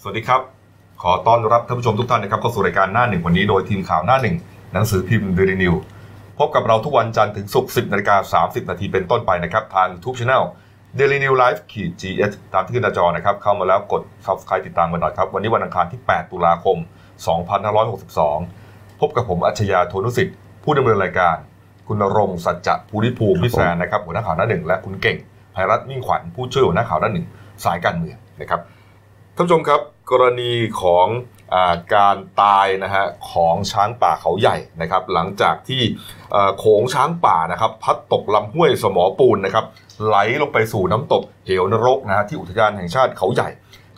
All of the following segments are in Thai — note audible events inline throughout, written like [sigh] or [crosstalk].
สวัสดีครับ ขอต้อนรับท่านผู้ชมทุกท่านนะครับเข้าสู่รายการหน้าหนึ่งวันนี้โดยทีมข่าวหน้าหนึ่งหนังสือพิมพ์ดีนิวพบกับเราทุกวันจันทร์ถึงศุกร์10นาฬิกา30 นาทีเป็นต้นไปนะครับ ทางทูบช anel Daily New Life ขีด GS ตามที่ขึ้นหน้าจอนะครับ เข้ามาแล้วกด subscribe ติดตามกันหน่อยครับ วันนี้วันอังคารที่ 8 ตุลาคม 2562 พบกับผมอัจฉริยะโทนุสิทธิ์ผู้ดำเนินรายการ คุณณรงค์สัจจะภูริภูมิพิแสนนะครับหัวหน้าข่าวหน้าหนึ่งและคุณเก่งไพรัตน์มิ่งขวัญผู้ช่วยหัวหน้าข่าวหน้าหนึ่งสายการเมืองนะครับ ท่านผู้ชมครับกรณีของอาการตายนะฮะของช้างป่าเขาใหญ่นะครับหลังจากที่เอ่อโขงช้างป่านะครับพัดตกลำห้วยสมอปูนนะครับไหลลงไปสู่น้ำตกเหวนรกนะฮะที่อุทยานแห่งชาติเขาใหญ่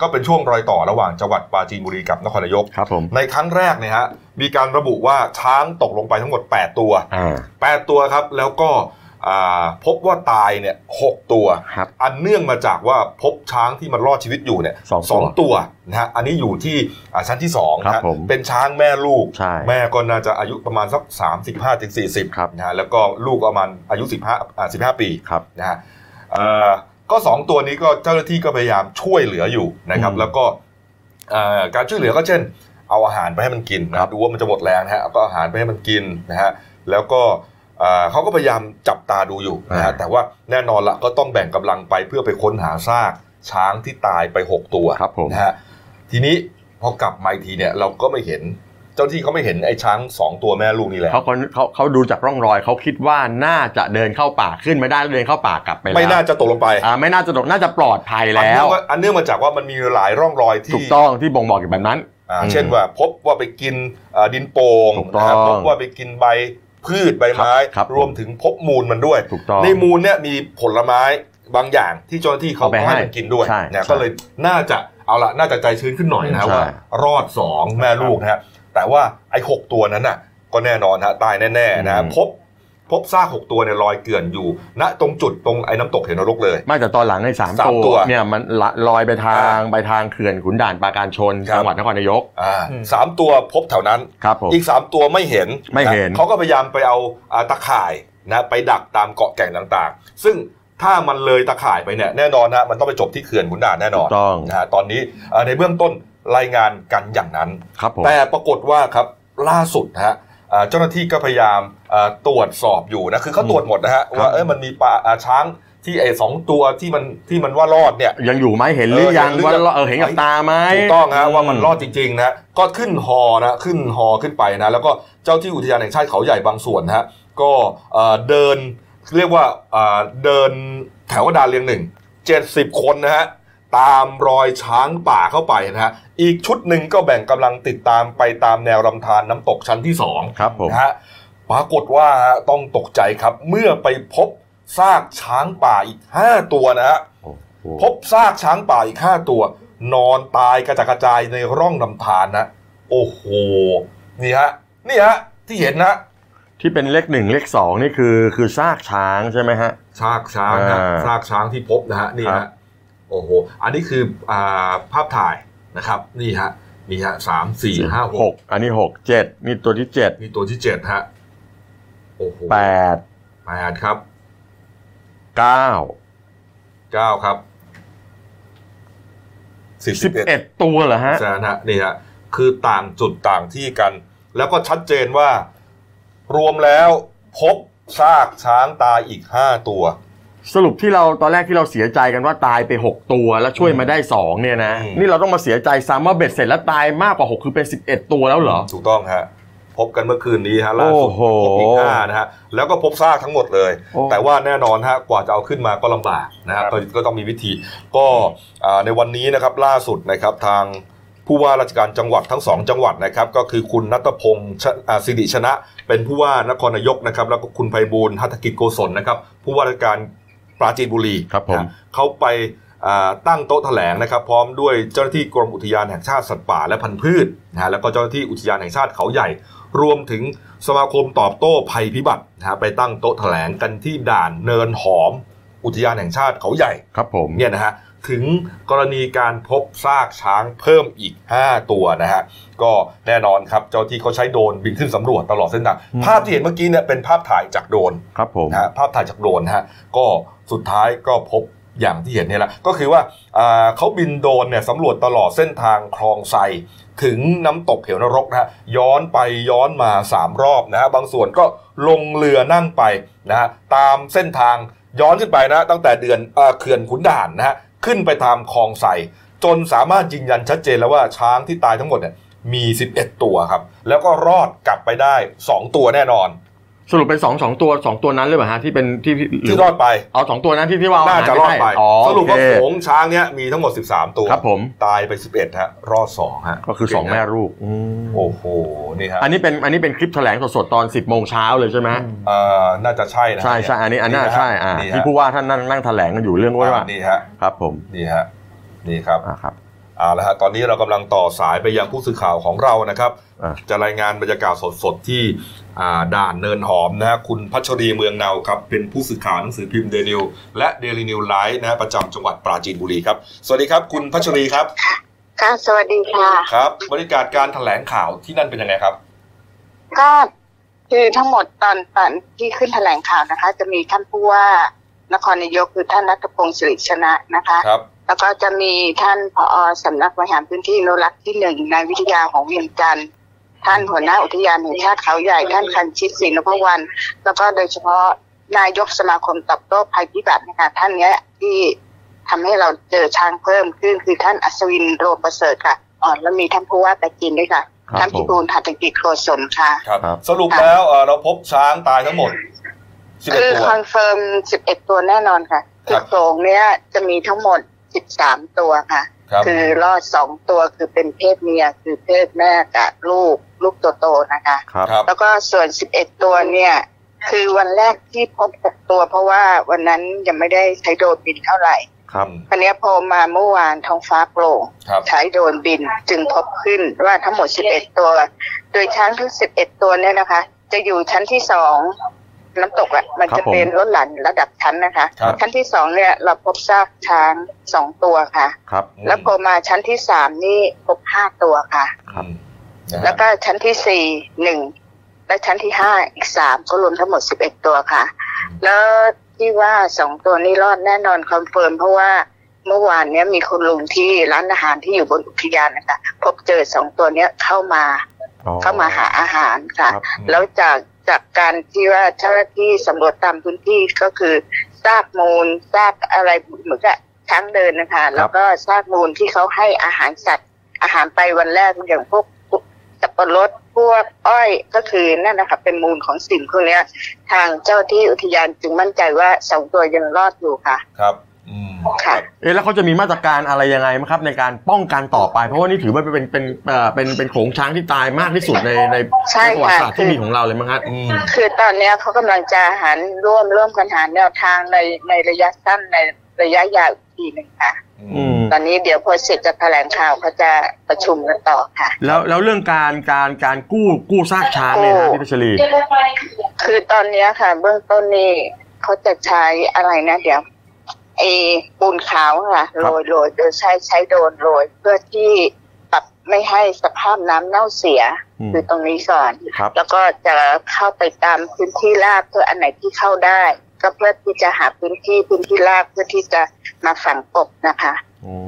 ก็เป็นช่วงรอยต่อระหว่างจังหวัดปราจีนบุรีกับนครนายก ครับผม ในครั้งแรกเนี่ยฮะมีการระบุว่าช้างตกลงไปทั้งหมด 8 ตัว อ่า 8 ตัวครับแล้วก็อ่าพบว่าตายเนี่ยหกตัว ครับ อันเนื่องมาจากว่าพบช้างที่มันรอดชีวิตอยู่เนี่ย สองตัว สองตัวนะฮะอันนี้อยู่ที่อ่าชั้นที่สองนะ ครั ฮะ บผม เป็นช้างแม่ลูก ใช่ แม่ก็น่าจะอายุประมาณสัก 35ถึง40 ครับ นะฮะแล้วก็ลูกประมาณอายุ 15อ่า15 ปี ครับ นะฮะเอ่อก็สองตัวนี้ก็เจ้าหน้าที่ก็พยายามช่วยเหลืออยู่นะครับ อืม แล้วก็เอ่อการช่วยเหลือก็เช่น เอาอาหารไปให้มันกินนะ ครั ฮะ บ ดูว่ามันจะหมดแรงนะฮะเอาก็อาหารไปให้มันกินนะฮะแล้วก็ อ่าเขาก็พยายามจับตาดูอยู่นะฮะ อ่า แต่ว่าแน่นอนละก็ต้องแบ่งกำลังไปเพื่อไปค้นหาซากช้างที่ตายไป 6 ตัว ครับผม นะฮะทีนี้พอกลับมาอีกทีเนี่ยเราก็ไม่เห็น เจ้าที่เขาไม่เห็นไอ้ช้าง 2 ตัวแม่ลูกนี่แหละ เขาคนเขาเขาดูจากร่องรอยเขาคิดว่าน่าจะเดินเข้าป่าขึ้นไม่ได้เดินเข้าป่ากลับไปแล้ว ไม่น่าจะตกลงไป อ่าไม่น่าจะตกน่าจะปลอดภัย อัน แล้ เนื่อ ว งว่าอันเนื่องมาจากว่ามันมีหลายร่องรอย ถู ที่ กต้องที่บ่งบอกอยู่แบบนั้น อ่า อืม เช่นว่าพบว่าไปกินเอ่อดินโป่ง ถูกต้อง นะฮะพบว่าไปกินใบพืชใบไม้ ครับครับ รวมถึงพบมูลมันด้วย ถูกต้อง ในมูลเนี่ยมีผลไม้บางอย่างที่เจ้าหน้าที่เขา เอาไปให้ ให้มันกินด้วย ใช่ เนี่ย ใช่ ก็เลยน่าจะเอาละน่าจะใจชื้นขึ้นหน่อยนะ ใช่ ว่ารอด 2 แม่ลูกนะฮะแต่ว่าไอ้หกตัวนั้นน่ะก็แน่นอนฮะตายแน่ๆนะฮะพบพบซากหกตัวเนี่ยลอยเกลื่อนอยู่ ณตรงจุดตรงไอ้น้ำตกเหวนรกเลย ไม่แต่ตอนหลังในสาม สามตัว ตัวเนี่ยมันละลอยไปทาง อ่า ไปทางเขื่อนขุนด่านปราการชน ครับ จังหวัดนครนายก อ่าสามตัวพบแถวนั้น ครับผม อีก 3 ตัวไม่เห็น ไม่เห็นะ เขาก็พยายามไปเอาอ่าตะข่ายนะไปดักตามเกาะแก่งต่างๆ ซึ่งถ้ามันเลยตะข่ายไปเนี่ยแน่นอนนะมันต้องไปจบที่เขื่อนขุนด่านแน่นอน ถูกต้อง นะฮะตอนนี้เอ่อในเบื้องต้นรายงานกันอย่างนั้น ครับผม แต่ปรากฏว่าครับล่าสุดนะฮะอ่าเจ้าหน้าที่ก็พยายามอ่าตรวจสอบอยู่นะคือเขาตรวจหมดนะฮะว่าเอ้ยมันมีปลาอ่าช้างที่ไอ้สองตัวที่มันที่มันว่ารอดเนี่ย ยังอยู่ไหมเห็นหรือยัเออเห็งนหรือ ว่า ยัง เออเห็นกับตาไหม ถูกต้องฮะว่ามันรอด ม จริงๆนะก็ขึ้นฮอนะขึ้นฮอขึ้นไปนะแล้วก็เจ้าที่อุทยานแห่งชาติเขาใหญ่บางส่วนนะฮะก็เอ่อเดินเรียกว่าเอ่อเดินแถวกระดานเรียงหนึ่งเจ็ดสิบคนนะฮะตามรอยช้างป่าเข้าไปนะฮะอีกชุดหนึ่งก็แบ่งกำลังติดตามไปตามแนวลำธารน้ำตกชั้นที่สอง ครับผม นะฮะปรากฏว่าฮะต้องตกใจครับเมื่อไปพบซากช้างป่าอีกห้าตัวนะฮะ โอ้โห พบซากช้างป่าอีกห้าตัว นอนตายกระจัดกระจายในร่องลำธารนะ โอ้โห นี่ฮะ นี่ฮะ ที่เห็นนะ ที่เป็นเลขหนึ่งเลขสองนี่คือคือซากช้างใช่ไหมฮะ ซากช้างนะ อ่า ซากช้างที่พบนะฮะนี่ ครั ฮะ บ โอ้โห อันนี้คืออ่าภาพถ่ายนะครับ นี่ฮะนี่ฮะสามสี่ห้าหก อันนี้หกเจ็ดนี่ตัวที่เจ็ด นี่ตัวที่เจ็ดฮะโอ้โห แปด แปดครับ เก้า เก้าครับสิบ สิบ เอ็ด เอ็ดตัวเหรอฮะ ใช่นะฮะนี่ฮะคือต่างจุดต่างที่กัน แล้วก็ชัดเจนว่า รวมแล้วพบซากช้างตายอีก 5 ตัว สรุปที่เราตอนแรกที่เราเสียใจกันว่าตายไปหกตัวแล้วช่วยมาได้สองเนี่ยนะ อืม นี่เราต้องมาเสียใจซ้ำว่าเบ็ดเสร็จแล้วตายมากกว่าหกคือเป็นสิบเอ็ดตัวแล้วเหรอ ถูกต้องฮะ พบกันเมื่อคืนนี้ฮะล่าสุด โอ้โห พบอีกห้านะฮะแล้วก็พบซากทั้งหมดเลย โอ้ แต่ว่าแน่นอนฮะกว่าจะเอาขึ้นมาก็ลำบากนะฮะก็ก็ต้องมีวิธี ก็อ่าในวันนี้นะครับล่าสุดนะครับทางผู้ว่าราชการจังหวัดทั้งสองจังหวัดนะครับ ก็คือคุณนัทพงศ์ชะอ่าสิริชนะ เป็นผู้ว่านครนายกนะครับ แล้วก็คุณไพบูลย์หัตถกิจโกศลนะครับ ผู้ว่าราชการปราจีนบุรี ครับผม นะเขาไปอ่าตั้งโต๊ะแถลงนะครับ พร้อมด้วยเจ้าหน้าที่กรมอุทยานแห่งชาติสัตว์ป่าและพันธุ์พืชนะฮะแล้วก็เจ้าหน้าที่อุทยานแห่งชาติเขาใหญ่ รวมถึงสมาคมตอบโต้ภัยพิบัตินะฮะไปตั้งโต๊ะแถลงกันที่ด่านเนินหอม อุทยานแห่งชาติเขาใหญ่ ครับผม เนี่ยนะฮะถึงกรณีการพบซากช้างเพิ่มอีก 5 ตัวนะฮะก็แน่นอนครับเจ้าที่เขาใช้โดรนบินขึ้นสำรวจตลอดเส้นทาง อืม ภาพที่เห็นเมื่อกี้เนี่ยเป็นภาพถ่ายจากโดรน ครับผม นะฮะภาพถ่ายจากโดรนนะฮะก็สุดท้ายก็พบ อย่างที่เห็นเนี่ยแหละก็คือว่าอ่าเขาบินโดรนเนี่ยสำรวจตลอดเส้นทางคลองไซถึงน้ำตกเหวนรกนะฮะย้อนไปย้อนมา 3 รอบนะฮะบางส่วนก็ลงเรือนั่งไปนะฮะตามเส้นทางย้อนขึ้นไปนะตั้งแต่เดือนเอ่อเขื่อนขุนด่านนะฮะขึ้นไปตามคลองไซจนสามารถยืนยันชัดเจนแล้วว่าช้างที่ตายทั้งหมดเนี่ยมี 11 ตัวครับ แล้วก็รอดกลับไปได้ 2 ตัวแน่นอน สรุปเป็นสองสองตัวสองตัวนั้นเลยเหรอฮะที่เป็นที่หรื ที่ อ รอดไป เอาสองตัวนั้นที่ที่ว่าเ น่าจะรอดไป อ๋อ สรุปว่า โอเค โขงช้างเนี้ยมีทั้งหมด 13 ตัว ครับผม ตายไป 11ฮะรอด2ฮะ ก็คือสองแม่ลูกอืม โอ้โห นี่ฮะ อันนี้เป็นอันนี้เป็นคลิปแถลงสดๆตอน 10โมงเช้าเลยใช่ไหม เอ่อน่าจะใช่นะ ใช่ใช่อันนี้อันน่าใช่อ่าที่ผู้ว่าท่านนั่งนั่งแถลงกันอยู่เรื่องว่า ว่านี่ฮะ ครับผม นี่ฮะนี่ครับ อ่าครับ เอาละฮะตอนนี้เรากำลังต่อสายไปยังผู้สื่อข่าวของเรานะครับ อ่ะ จะรายงานบรรยากาศสดๆที่อ่าด่านเนินหอมนะฮะคุณพัชรีเมืองเนาครับ เป็นผู้สื่อข่าวหนังสือพิมพ์เดลิวและเดลินิวไลฟ์นะฮะประจำจังหวัดปราจีนบุรีครับสวัสดีครับ คุณพัชรีครับ ค่ะสวัสดีค่ะ ครับบรรยากาศการแถลงข่าวที่นั่นเป็นยังไงครับ ก็คือทั้งหมดตอนตอนที่ขึ้นแถลงข่าวนะคะ จะมีท่านผู้ว่านครนายกคือท่านรัตพงศ์สิริชนะนะคะ ครับ แล้วก็จะมีท่านผอสำนักบริหารพื้นที่อนุรักษ์ที่หนึ่งนายวิทยาของเวียงจันทร์ท่านหัวหน้าอุทยานแห่งชาติเขาใหญ่ท่านคันชิตศรีนพวรรณแล้วก็โดยเฉพาะนายกสมาคมตอบโต้ภัยพิบัตินะคะท่านเนี้ยที่ทำให้เราเจอช้างเพิ่มขึ้นคือท่านอัศวินโรมประเสริฐค่ะอ่อนแล้วมีท่านผู้ว่าปราจีนด้วยค่ะ ครับ ท่านพิบูลหัตถกิจโกศลค่ะ ครับ ครับ สรุปแล้วเอ่อเราพบช้างตายทั้งหมด คือ 11ตัว คอนเฟิร์ม 11 ตัวแน่นอนค่ะ ค คื รั อบ โขลงเนี้ยจะมีทั้งหมด 13 ตัวค่ะ ครับ คือรอด 2 ตัวคือเป็นเพศเมีย คือเพศแม่กับลูก ลูกตัวโตนะคะ ครับ ครับ แล้วก็ส่วน 11 ตัวเนี่ย คือวันแรกที่พบกับตัว เพราะว่าวันนั้นยังไม่ได้ใช้โดรนบินเท่าไหร่ ครับ คราวเนี้ยพอมาเมื่อวานท้องฟ้าโปร่ง ครับ ใช้โดรนบินจึงพบขึ้นว่าทั้งหมด 11 ตัว โดยช้างทั้ง 11 ตัวเนี่ยนะคะ จะอยู่ชั้นที่สองน้ำตกอะมัน ครับ จะ ผม เป็นรถหลั่นระดับชั้นนะคะ ครับ ชั้นที่สองเนี่ยเราพบซากช้างสองตัวค่ะ ครับ อืม แล้วพอมาชั้นที่สามนี่พบห้าตัวค่ะ อืมนะฮะ แล้วก็ชั้นที่สี่หนึ่งและชั้นที่ห้าอีกสามก็รวมทั้งหมด 11 ตัวค่ะ แล้วที่ว่าสองตัวนี้รอดแน่นอนคอนเฟิร์มเพราะว่าเมื่อวานเนี้ยมีคุณลุงที่ร้านอาหารที่อยู่บนอุทยานนะคะพบเจอสองตัวเนี้ยเข้ามา อ๋อ เข้ามาหาอาหารค่ะ ครับ แล้วจากจากการที่ว่าเจ้าหน้าที่สำรวจตามพื้นที่ก็คือซากมูลซากอะไรเหมือนกับช้างเดินนะคะ แล้วก็ซากมูลที่เขาให้อาหารสัตว์อาหารไปวันแรกอย่างพวกสับปะรดพวกอ้อยก็คือนั่นนะคะเป็นมูลของสิ่งพวกเนี้ย ทางเจ้าที่อุทยานจึงมั่นใจว่าสองตัวยังรอดอยู่ค่ะ ครับอืม ค่ะ เอ๊ะแล้วเขาจะมีมาตรการอะไรยังไงไหมครับ ในการป้องกันต่อไป เพราะว่านี่ถือว่าเป็นเป็นเอ่อเป็นเป็นโขลงช้างที่ตายมากที่สุดในใน ใช่ ในประวัติศาสตร์ ค่ะ ที่มีของเราเลยมั้งฮะ อืม คือตอนเนี้ยเขากำลังจะหันร่วมร่วมกันหาแนวทางในในระยะสั้นในระยะยาวอีกทีหนึ่งค่ะ อื อื ม ม ตอนนี้เดี๋ยวพอเสร็จจากแถลงข่าวเขาจะประชุมกันต่อค่ะ แล้วแล้วเรื่องการการการกู้กู้ซากช้างเนี่ยนะ กู้ พี่พัชรี คือตอนเนี้ยค่ะ เบื้องต้นนี่เขาจะใช้อะไรนะเดี๋ยวไอปูนขาวค่ะโรยโรยโดยใช้ใช้โดรนโรยเพื่อที่ปรับไม่ให้สภาพน้ำเน่าเสีย อืม คือตรงนี้ก่อน ครับ แล้วก็จะเข้าไปตามพื้นที่ราบเพื่ออันไหนที่เข้าได้ ก็เพื่อที่จะหาพื้นที่พื้นที่ราบเพื่อที่จะมาฝังกบนะคะ อืม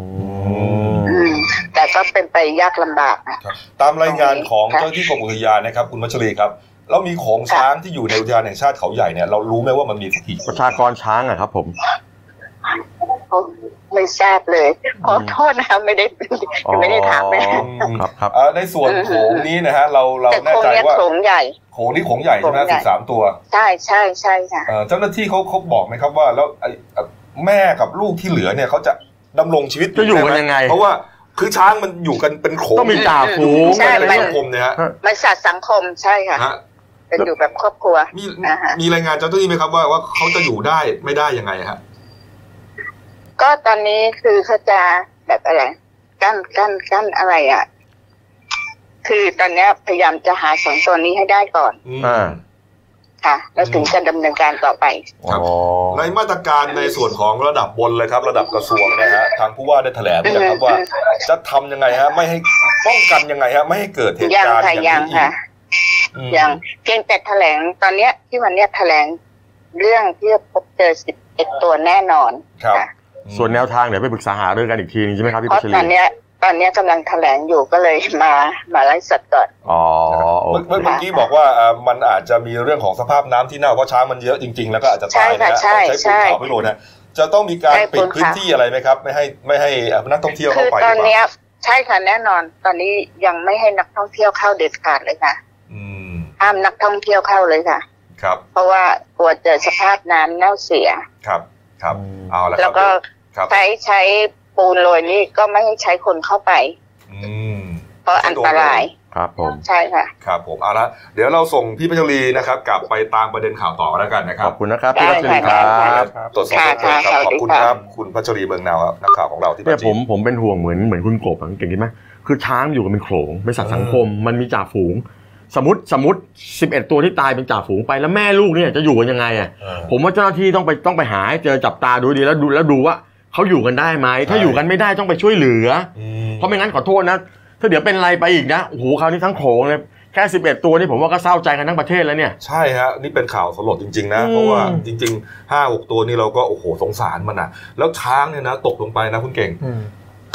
อืม แต่ก็เป็นไปยากลำบากอะ ครับตามรายงานของ ค่ะ เจ้าหน้าที่กรมอุทยานนะครับ คุณมัชรีครับ แล้วมีโของ ค่ะ ช้างที่อยู่ในอุทยานแห่งชาติเขาใหญ่เนี่ยเรารู้ไหมว่ามันมีสักกี่ ประชากรช้างอะครับผม เขาไม่ทราบเลยขอ อืม โทษนะคะไม่ได้ อ๋อ ไม่ได้ถามเลย อืม ครับครับ เอ่อในส่วนโขงนี้นะฮะเราเรา แต่ แน่ใจโครงเนี้ย ว่า โครงใหญ่ โขงนี่โขงใหญ่ใช่ไหม โขงใหญ่ สิบสามตัว ใช่ใช่ใช่ค่ะ เอ่อเจ้าหน้าที่เขาเขาบอกไหมครับว่าแล้วไอ้เอ่อแม่กับลูกที่เหลือเนี่ยเขาจะดำรงชีวิต จะอยู่กัน ด้หม ยังไง เพราะว่าคือช้างมันอยู่กันเป็นโขง ต้องมีจ่าฝูง ใช่ เป็น อะไร สังเงี้ย คมเนี่ยฮะ มันสัตว์สังคมใช่ค่ะ ฮะ เป็นอยู่แบบครอบครัว มี อ่าฮะ มีรายงานเจ้าหน้าที่ไหมครับว่าว่าเขาจะอยู่ได้ไม่ได้ยังไงฮะ ก็ตอนนี้คือเขาจะแบบอะไรกั้นกั้นกั้นอะไรอ่ะ คือตอนเนี้ยพยายามจะหาสองตัวนี้ให้ได้ก่อน อืม อ่า ค่ะ แล้วถึงจะดำเนินการต่อไป ครับ อ๋อ ในมาตรการในส่วนของระดับบนเลยครับ ระดับกระทรวงนะฮะทางผู้ว่าได้แถลงไปแล้วครับว่า จะทำยังไงฮะ ไม่ให้ป้องกันยังไงฮะ ไม่ให้เกิดเหตุ ยัง การณ์อ ค่ะ ย่าง ยัง นี้อี ค่ะ กอืม ยังเพียงแต่แถลงตอนเนี้ยที่วันเนี้ยแถลงเรื่องที่พบเจอสิบเอ็ดตัวแน่นอน ครับ อืม ส่วนแนวทางเดี๋ยวไปปรึกษาหารือกันอีกทีนึงใช่ไหมครับพี่ เพ พั ราะ ช ตอน รี เนี้ยตอนเนี้ยกำลังแถลงอยู่ก็เลยมามาไลฟ์สดก่อน อ๋อโอ เมื่อ เค เมื่อเมื่อกี้บอกว่าเอ่อมันอาจจะมีเรื่องของสภาพน้ำที่เน่าเพราะช้างมันเยอะจริง ๆ แล้วก็อาจจะตาย ใช่ นะ ค่ะ ฮะ ใช่ ต้องใช้ปูนขาวไปโรยนะจะต้องมีการ ใช่ ปิด ปูน พื้น ขาว ที่อะไรไหมครับ ไม่ให้ไม่ให้เอ่อนักท่องเที่ยว คื เข้า อ ไป ตอน หรือเป เนี้ ล่าย ใช่ค่ะแน่นอน ตอนนี้ยังไม่ให้นักท่องเที่ยวเข้าเด็ดขาดเลยค่ะ อืม ห้ามนักท่องเที่ยวเข้าเลยค่ะ ครับ เพราะว่ากลัวเจอสภาพน้ำเน่าเสีย ครับครับเอาละค แล้ รั ว บ ก็ ครับ ใช้ใช้ปูนโรยนี่ก็ไม่ให้ใช้คนเข้าไป อืม เพราะอันตราย ครับผม ใช่ค่ะ ครับผมเอาละเดี๋ยวเราส่งพี่พัชรีนะครับ กลับไปตามประเด็นข่าวต่อแล้วกันนะค ข รั อบ บคุณนะครับ ได้ พี่พัชรีค ค่ะ รับ ได้ ครับตรวจสอบเพิ่มเติมครับขอบคุณครับ คุณพัชรีเบืองนาวครับนักข่าวของเราที่ เนี่ย ปาจี ผมผมเป็นห่วงเหมือนเหมือนคุณกบอะเก่งใช่ไหมคือช้างอยู่กันเป็นโขลงเป็นสัตว์สังคม มันมีจ่าฝูง สมมติสมมติ 11 ตัวที่ตายเป็นจ่าฝูงไปแล้วแม่ลูกเนี่ยจะอยู่กันยังไงอ่ะ เออ ผมว่าเจ้าหน้าที่ต้องไปต้องไปหาให้เจอจับตาดูดีแล้วดูแล้วดูว่าเขาอยู่กันได้ไหม ถ้า ใช่ อยู่กันไม่ได้ต้องไปช่วยเหลือ อืม เพราะไม่งั้นขอโทษนะ ถ้าเดี๋ยวเป็นอะไรไปอีกนะโอ้โหคราวนี้ทั้งโขลงเลยแค่ 11 ตัวนี่ผมว่าก็เศร้าใจกันทั้งประเทศแล้วเนี่ย ใช่ฮะนี่เป็นข่าวสลดจริง ๆ นะ อืม เพราะว่าจริงๆห้าหกตัวนี่เราก็โอ้โหสงสารมันอ่ะ แล้วช้างเนี่ยนะ ตกลงไปนะคุณเก่ง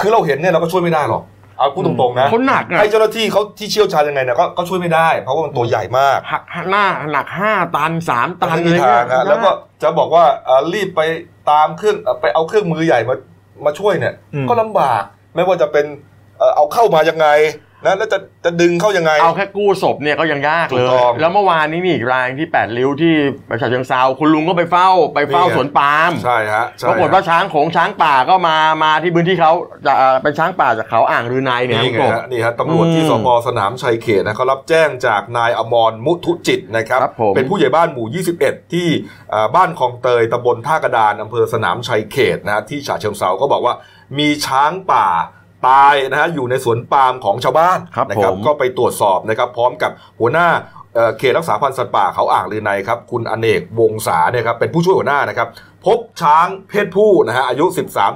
คือเราเห็นเนี่ยเราก็ช่วยไม่ได้หรอกเอาพูดตรงๆนะ เขาหนักนะ ให้เจ้าหน้าที่เขาที่เชี่ยวชาญยังไงเนี่ยก็ก็ช่วยไม่ได้ เพราะว่ามันตัวใหญ่มาก หักหน้าหนักห้าตันสามตัน ไม่ เล มี ย ทางฮะ นะ แล้วก็จะบอกว่าเอ่อรีบไปตามเครื่องเอ่อไปเอาเครื่องมือใหญ่มามาช่วยเนี่ย อืม ก็ลำบากไม่ว่าจะเป็นเอ่อเอาเข้ามายังไงนะแล้วจะจะดึงเข้ายังไง เอาแค่กู้ศพเนี่ยก็ยังยากเล ถู ย กต้อง แล้วเมื่อวานนี้มีอีกรายที่ 8 ริ้วที่ประชาเชิงเซาคุณลุงก็ไปเฝ้าไปเฝ้า นี่ไง สวนปาล์ม ใช่ฮะใช่ ปรากฏว่าช้างของช้างป่าก็มามาที่พื้นที่เขาจะเอ่อเป็นช้างป่าจากเขาอ่างรือในเนี่ย นี่ไงคุณกบ ฮะนี่ฮะตำรวจที่ อืม สพสนามชัยเขตนะเขารับแจ้งจากนายอมรมุทุจิตนะครับ ครับผม เป็นผู้ใหญ่บ้านหมู่ 21 ที่เอ่อบ้านคลองเตยตำบลท่ากระดานอำเภอสนามชัยเขตนะฮะที่ฉะเชิงเซาก็บอกว่ามีช้างป่าตายนะฮะอยู่ในสวนปาล์มของชาวบ้าน ครับ นะครั ผม ก็ไปตรวจสอบนะครับพร้อมกับหัวหน้าเอ่อเขตรักษาพันธุ์สัตว์ป่าเขาอ่างลือในครับคุณอเนกวงศาเนี่ยครับเป็นผู้ช่วยหัวหน้านะครับพบช้างเพศผู้นะฮะอายุ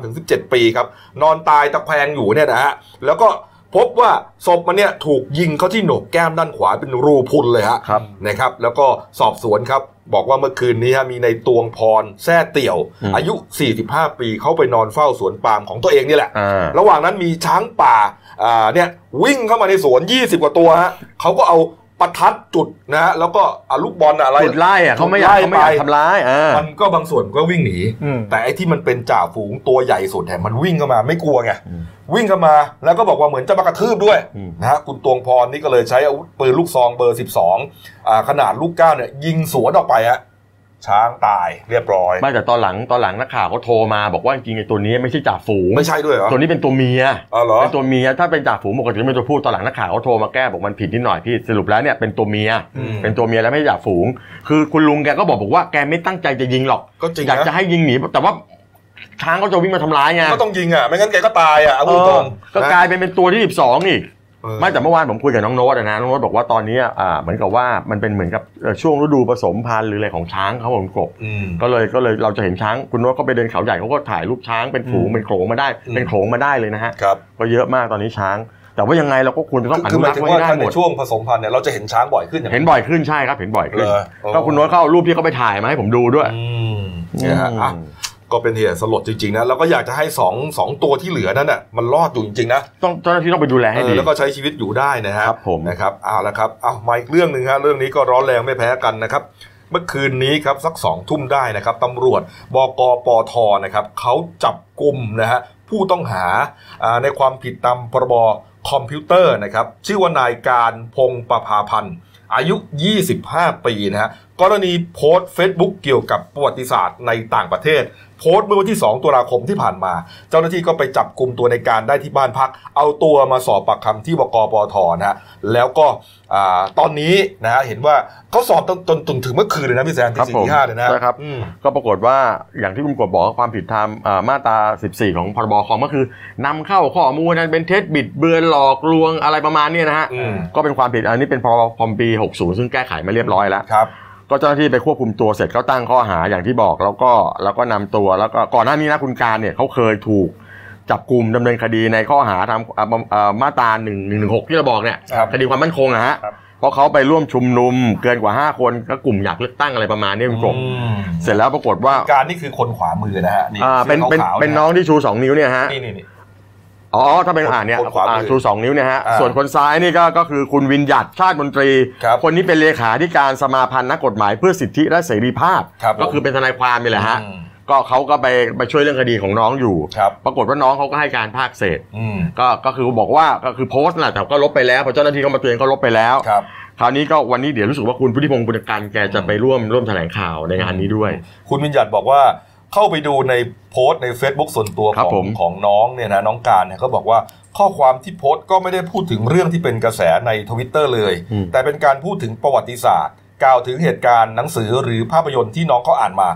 13-17 ปีครับนอนตายตะแคงอยู่เนี่ยนะฮะแล้วก็พบว่าศพมันเนี่ยถูกยิงเข้าที่โหนกแก้มด้านขวาเป็นรูพรุนเลยฮะ ครับ นะครับแล้วก็สอบสวนครับ บอกว่าเมื่อคืนนี้ฮะมีในตวงพรแท่เตี่ยว อืม อายุ 45 ปีเขาไปนอนเฝ้าสวนปาล์มของตัวเองนี่แหละ อ่า ระหว่างนั้นมีช้างป่าอ่าเนี่ยวิ่งเข้ามาในสวน 20 กว่าตัวฮะเขาก็เอาประทัดจุดนะฮะแล้วก็เอาลูกบอลอะไร จุดไล่อะเขาไม่อยาก ไล่ เขาไม่อยาก ไป ทำร้ายอ่า มันก็บางส่วนก็วิ่งหนี แต่ไอ้ที่มันเป็นจ่าฝูงตัวใหญ่สุดแถมมันวิ่งเข้ามาไม่กลัวไง อืม วิ่งเข้ามาแล้วก็บอกว่าเหมือนจะมากระทืบด้วย อืม นะฮะคุณตวงพรนี่ก็เลยใช้อาวุธปืนลูกซองเบอร์ 12อ่าขนาดลูกเก้าเนี่ยยิงสวนออกไปฮะช้างตายเรียบร้อย ไม่แต่ตอนหลังตอนหลังนักข่าวเขาโทรมาบอกว่าจริงๆไอ้ตัวนี้ไม่ใช่จ่าฝูง ไม่ใช่ด้วยเหรอ ตัวนี้เป็นตัวเมีย อ๋อเหรอ เป็นตัวเมียถ้าเป็นจ่าฝูงปกติจะเป็นตัวผู้ตอนหลังนักข่าวเขาโทรมาแก้บอกมันผิดนิดหน่อยพี่สรุปแล้วเนี่ยเป็นตัวเมีย อืม เป็นตัวเมียแล้วไม่ใช่จ่าฝูง คือคุณลุงแกก็บอกบอกว่าแกไม่ตั้งใจจะยิงหรอก ก็จริง อยากจะ นะ ให้ยิงหนี แต่ว่าช้างก็จะวิ่งมาทำร้ายไง ก็ต้องยิงอ่ะไม่งั้นแกก็ตายอ่ะเอา เอ พูดตร อง ก็กลายเป็นเป็นตัวที่ 12อีก เออ ไม่แต่เมื่อวานผมคุยกับน้องโน้ตอะนะน้องโน้ตบอกว่าตอนนี้อ่าเหมือนกับว่ามันเป็นเหมือนกับเอ่อช่วงฤดูผสมพันธุ์หรืออะไรของช้างเขาผมกบ อืม ก็เลยก็เลยเราจะเห็นช้างคุณโน้ตก็ไปเดินเขาใหญ่เขาก็ถ่ายรูปช้างเป็นฝูง อืม เป็นโขลงมาได้ เป็น อืม โขลงมาได้เลยนะฮะ ครับ ก็เยอะมากตอนนี้ช้าง แต่ว่ายังไงเราก็ควรจะต้องอ คื นุ อหมารัก ย ษ์ ถึง ไว้ ว่า ให้ได้ ถ้า ห ใน มด ช่วงผสมพันธุ์เนี่ยเราจะเห็นช้างบ่อยขึ้นอย่าง เห็นบ่อยขึ้นใช่ครับเห็นบ่อยขึ้น เลย ก็คุณโน้ตเขาเอารูปที่เขาไปถ่ายมาให้ผมดูด้วย อืมเนี่ยฮะอ่ะ อืม ก็เป็นเหตุสลดจริงๆนะแล้วก็อยากจะให้สองสองตัวที่เหลือนั่นน่ะมันรอดอยู่จริงๆนะ ต้องเจ้าหน้าที่ต้องไปดูแลให้ เอ ดี อแล้วก็ใช้ชีวิตอยู่ได้นะฮะ ครับผม นะครับเอาละครับเอามาอีกเรื่องหนึ่งฮะเรื่องนี้ก็ร้อนแรงไม่แพ้กันนะครับ เมื่อคืนนี้ครับสักสองทุ่มได้นะครับตำรวจบกปทนะครับเขาจับกลุ่มนะฮะผู้ต้องหาอ่าในความผิดตามพรบคอมพิวเตอร์นะครับชื่อว่านายการพงประภาพันธ์ อายุ 25 ปีนะฮะ กรณีโพสต์ Facebook เกี่ยวกับประวัติศาสตร์ในต่างประเทศ โพสต์เมื่อวันที่ 2 ตุลาคมที่ผ่านมา เจ้าหน้าที่ก็ไปจับกลุ่มตัวในการได้ที่บ้านพัก เอาตัวมาสอบปากคำที่บกปอทนะฮะ แล้วก็อ่าตอนนี้นะฮะเห็นว่าเขาสอบจนจนจนถึงเมื่อคืนเลยนะพี่แซน ครั ที่ บ สี่ ผม ที่ห้าเลยนะ ใช่ครับ อืม ก็ปรากฏว่าอย่างที่คุณกบบอกว่าความผิดตามเอ่อมาตรา 14 ของพรบคอมก็คือนำเข้าข้อมูลนั้นเป็นเท็จบิดเบือนหลอกลวงอะไรประมาณเนี้ยนะฮะ อืม ก็เป็นความผิดอันนี้เป็นพรบคอมปี 60 ซึ่งแก้ไขมาเรียบร้อยแล้ว ครับ ก็เจ้าหน้าที่ไปควบคุมตัวเสร็จก็ตั้งข้อหาอย่างที่บอกแล้วก็แล้วก็นำตัวแล้วก็ก่อนหน้านี้นะคุณการเนี่ยเขาเคยถูกจับกลุ่มดำเนินคดีในข้อหาทำเอ่อเอ่อมาตรา1 1 6 ที่เราบอกเนี่ย ครับ คดีความมั่นคงนะฮะ ครับ เพราะเขาไปร่วมชุมนุมเกินกว่า 5 คนก็กลุ่มอยากเลือกตั้งอะไรประมาณเนี้ยคุณกบ อืม เสร็จแล้วปรากฏว่า การนี่คือคนขวามือนะฮะนี่ อ่าเป็นเป็น สื้อขาวๆ เป็นน้องที่ชูสองนิ้วเนี่ยฮะ นี่นี่นี่ อ๋อ ถ้าเป็นอ่านเนี่ย คนขวามืออ่ าชูสองนิ้วเนี่ยฮะ อ่า ส่วนคนซ้ายนี่ก็ก็คือคุณวินยัตชาติมนตรี ครับ คนนี้เป็นเลขาธิการสมาพันธ์นักกฎหมายเพื่อสิทธิและเสรีภาพ ครับผม ก็คือเป็นทนายความนี่แหละฮะ อืม ก็เขาก็ไปไปช่วยเรื่องคดีของน้องอยู่ ครับ ปรากฏว่าน้องเขาก็ให้การภาคเศษ อืม ก็ก็คือบอกว่าก็คือโพสต์แหละแต่ก็ลบไปแล้วพอเจ้าหน้าที่เขามาเตือนก็ลบไปแล้ว ครับ คราวนี้ก็วันนี้เดี๋ยวรู้สึกว่าคุณพุทธิพงศ์บุญการแกจะไปร่วมร่วมแถลงข่าวในงานนี้ด้วย คุณวิญญัตบอกว่าเข้าไปดูในโพสต์ใน Facebook ส่วนตัว ครับ ข ผ อง ม ของน้องเนี่ยนะน้องการเนี่ยเขาบอกว่าข้อความที่โพสต์ก็ไม่ได้พูดถึงเรื่องที่เป็นกระแสในทวิตเตอร์เลย อืม แต่เป็นการพูดถึงประวัติศาสตร์ กล่าวถึงเหตุการณ์หนังสือหรือภาพยนตร์ที่น้องเขาอ่านมา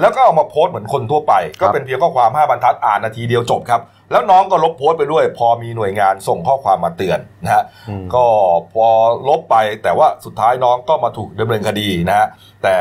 แล้วก็เอามาโพสต์เหมือนคนทั่วไป ก็เป็นเพียงข้อความ 5บรรทัดอ่านนาทีเดียวจบครับ แล้วน้องก็ลบโพสต์ไปด้วย พอมีหน่วยงานส่งข้อความมาเตือนนะฮะ อืม ก็พอลบไปแต่ว่าสุดท้ายน้องก็มาถูกดำเนินคดีนะฮะแต่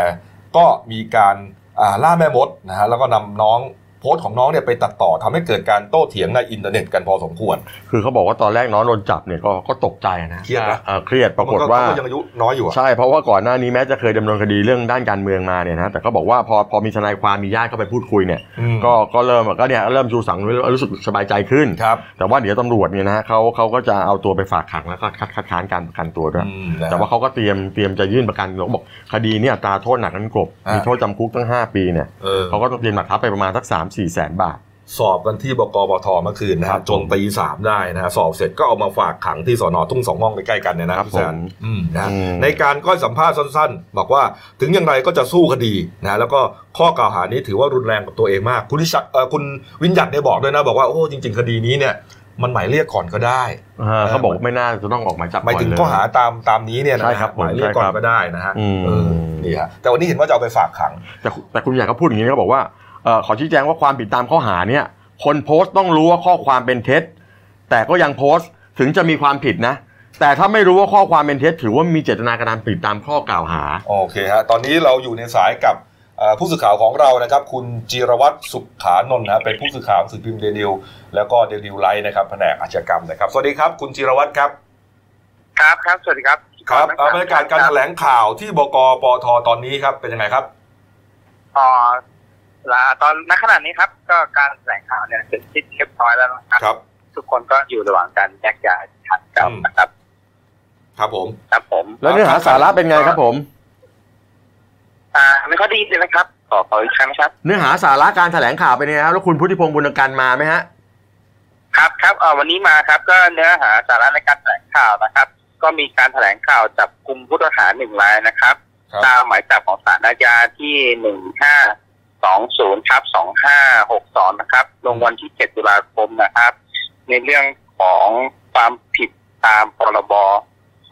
ก็มีการอ่าล่าแม่มดนะฮะแล้วก็นำน้องโพสต์ของน้องเนี่ยไปตัดต่อทำให้เกิดการโต้เถียงในอินเทอร์เน็ตกันพอสมควร คือเขาบอกว่าตอนแรกน้องโดนจับเนี่ยก็ก็ตกใจนะ เครียดนะ อ่าเครียดปรากฏว่า มันยังอายุน้อยอยู่อะ ใช่เพราะว่าก่อนหน้านี้แม้จะเคยดำเนินคดีเรื่องด้านการเมืองมาเนี่ยนะแต่ก็บอกว่าพอพอมีทนายความมีญาติเข้าไปพูดคุยเนี่ย อืม ก็ก็เริ่มก็เนี่ยเริ่มชูสังรู้สึกสบายใจขึ้น ครับ แต่ว่าเดี๋ยวตำรวจเนี่ยนะเขาเขาก็จะเอาตัวไปฝากขังแล้วก็คัดคัดค้านการประกันตัวด้วย อืมนะฮะ แต่ว่าเขาก็เตรียมเตรียมจะยื่นประกันเขาบอกคดีเนี่ยอัตราโทษหนักนั้นกบ อ่ามี มีโทษจำคุกตั้ง 5 ปีเนี่ย เออ เขาก็ต้องเตรียมหลักทรัพย์ไปประมาณสัก 3 4มสี่แสนบาท สอบกันที่บกบทเมื่อคืนนะ ครั ฮะ บ จนตีสามได้นะฮะสอบเสร็จก็เอามาฝากขังที่สอนอทุ่งสองห้องใกล้ๆกันเนี่ยนะครับ พี่แซน ผม อืมนะฮะ อืม ในการก็ให้สัมภาษณ์สั้นๆ บอกว่าถึงอย่างไรก็จะสู้คดีนะฮะแล้วก็ข้อกล่าวหานี้ถือว่ารุนแรงกับตัวเองมาก คุณวิชักเอ่อคุณวินยัดได้บอกด้วยนะ บอกว่าโอ้จริง ๆ คดีนี้เนี่ยมันหมายเรียกก่อนก็ได้ อ่าเขาบอกว่าไม่น่าจะต้องออกหมายจับ หมายถึง ก่อนเล ข้อหาตามตามนี้เนี่ยนะ ใช่ครับผม หมายเรียกก่อนใช่ครับ ก็ได้นะฮะ อืม เออนี่ฮะแต่วันนี้เห็นว่าจะเอาไปฝากขัง แต่คุณแต่คุณใหญ่ก็พูดอย่างนี้เขาบอกว่าเอ่อขอชี้แจงว่าความผิดตามข้อหาเนี่ยคนโพสต์ต้องรู้ว่าข้อความเป็นเท็จ แต่ก็ยังโพสต์ถึงจะมีความผิดนะ แต่ถ้าไม่รู้ว่าข้อความเป็นเท็จ ถือว่ามีเจตนากระทำผิดตามข้อกล่าวหา โอเคฮะ ตอนนี้เราอยู่ในสายกับเอ่อผู้สื่อข่าวของเรานะครับ คุณจิรวัตรสุขขานนท์นะฮะเป็นผู้สื่อข่าวหนังสื่อพิมพ์เดลิวแล้วก็เดลิวไลท์นะครับแผนกอาชญากรรมนะครับ สวัสดีครับ คุณจิรวัตรครับ ครับครับสวัสดีครับ ครับเอาบรรยากาศการแถลงข่าวที่บกปทตอนนี้ครับเป็นยังไงครับ พอลาตอนณขณะนี้ครับ ก็การแถลงข่าวเนี่ยเสร็จสิ้นเรียบร้อยแล้วนะครับ ครับ ทุกคนก็อยู่ระหว่างการแยกย้ายทัดกัน อืม นะครับ ครับผม ครับผม แล้วเนื้อหาสาระเป็นไงครับผม อ่าไม่ค่อยได้ยินเลยนะครับ ขอขออีกครั้งนะครับ เนื้อหาสาระการแถลงข่าวเป็นไงครับแล้วคุณพุทธิพงศ์บุญการมาไหมฮะ ครับครับเอ่อวันนี้มาครับก็เนื้อหาสาระในการแถลงข่าวนะครับ ก็มีการแถลงข่าวจับกลุ่มผู้ต้องหาหนึ่งรายนะครับ ครับ ตามหมายจับของศาลอาญาที่หนึ่งห้าสองศูนย์ทับสองห้าหกสองนะครับ ลงวันที่เจ็ดตุลาคมนะครับ ในเรื่องของความผิดตามพรบ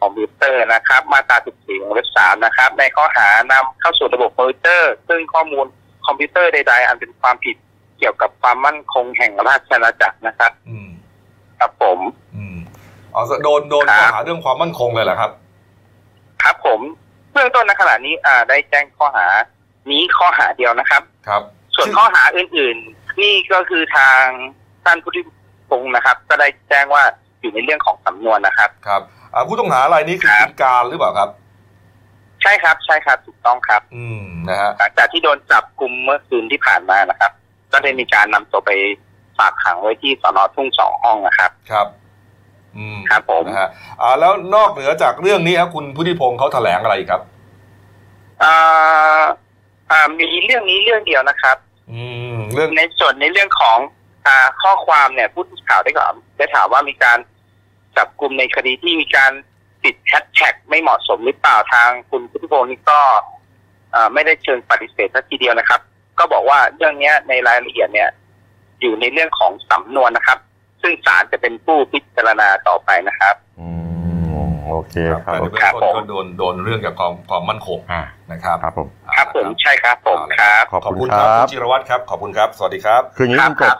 คอมพิวเตอร์นะครับ มาตราสิบสี่วงเล็บสามนะครับ ในข้อหานำเข้าสู่ระบบคอมพิวเตอร์ ซึ่งข้อมูลคอมพิวเตอร์ใด ๆ อันเป็นความผิดเกี่ยวกับความมั่นคงแห่งราชอาณาจักรนะครับ อืม ครับผม อืมเอาโดนโดน ครับ ข้อหาเรื่องความมั่นคงเลยเหรอครับ ครับผมเบื้องต้นในขณะนี้อ่าได้แจ้งข้อหานี้ข้อหาเดียวนะครับ ครับ ส่วน ซึ่ง ข้อหาอื่นๆ นี่ก็คือทางท่านผู้ที่พงศ์นะครับ ก็ได้แจ้งว่าอยู่ในเรื่องของสำนวนนะครับ ครับอ่าผู้ต้องหารายนี้คือ ครับ คุณการหรือเปล่าครับ ใช่ครับใช่ครับถูกต้องครับ อืมนะฮะ หลังจากที่โดนจับกลุ่มเมื่อคืนที่ผ่านมานะครับ ก็ได้มีการนำตัวไปฝากขังไว้ที่สอนอทุ่งสองห้องนะครับ ครับ อืม ครับผม นะฮะอ่าแล้วนอกเหนือจากเรื่องนี้ครับคุณพุทธิพงศ์เขาแถลงอะไรอีกครับ อ่าอ่ามีเรื่องนี้เรื่องเดียวนะครับ อืมเรื่อง ในส่วนในเรื่องของอ่าข้อความเนี่ยผู้สื่อข่าวได้กล่าวได้ถามว่ามีการจับกลุ่มในคดีที่มีการติดแฮชแท็กไม่เหมาะสมหรือเปล่าทางคุณพุทธิพงศ์นี่ก็อ่าไม่ได้เชิงปฏิเสธสักทีเดียวนะครับ ก็บอกว่าเรื่องเนี้ยในรายละเอียดเนี่ย อยู่ในเรื่องของสำนวนนะครับ ซึ่งศาลจะเป็นผู้พิจารณาต่อไปนะครับ อืมโอเคครั แต่ในบเบื้อ ครั ง บ ต้น ผ ก็ ม โดนโดนเรื่องเกี่ยวกับความความมั่นคง อ่า นะครับ ครับผม ครับผมใช่ครับผมครับ ขอบ ขอบ คุ คุณ ณ ค ค รั รับคุ บ ณจิรวัตรครับ ขอบคุณครับ สวัสดีครับ คืออย่างนี้คุณกบ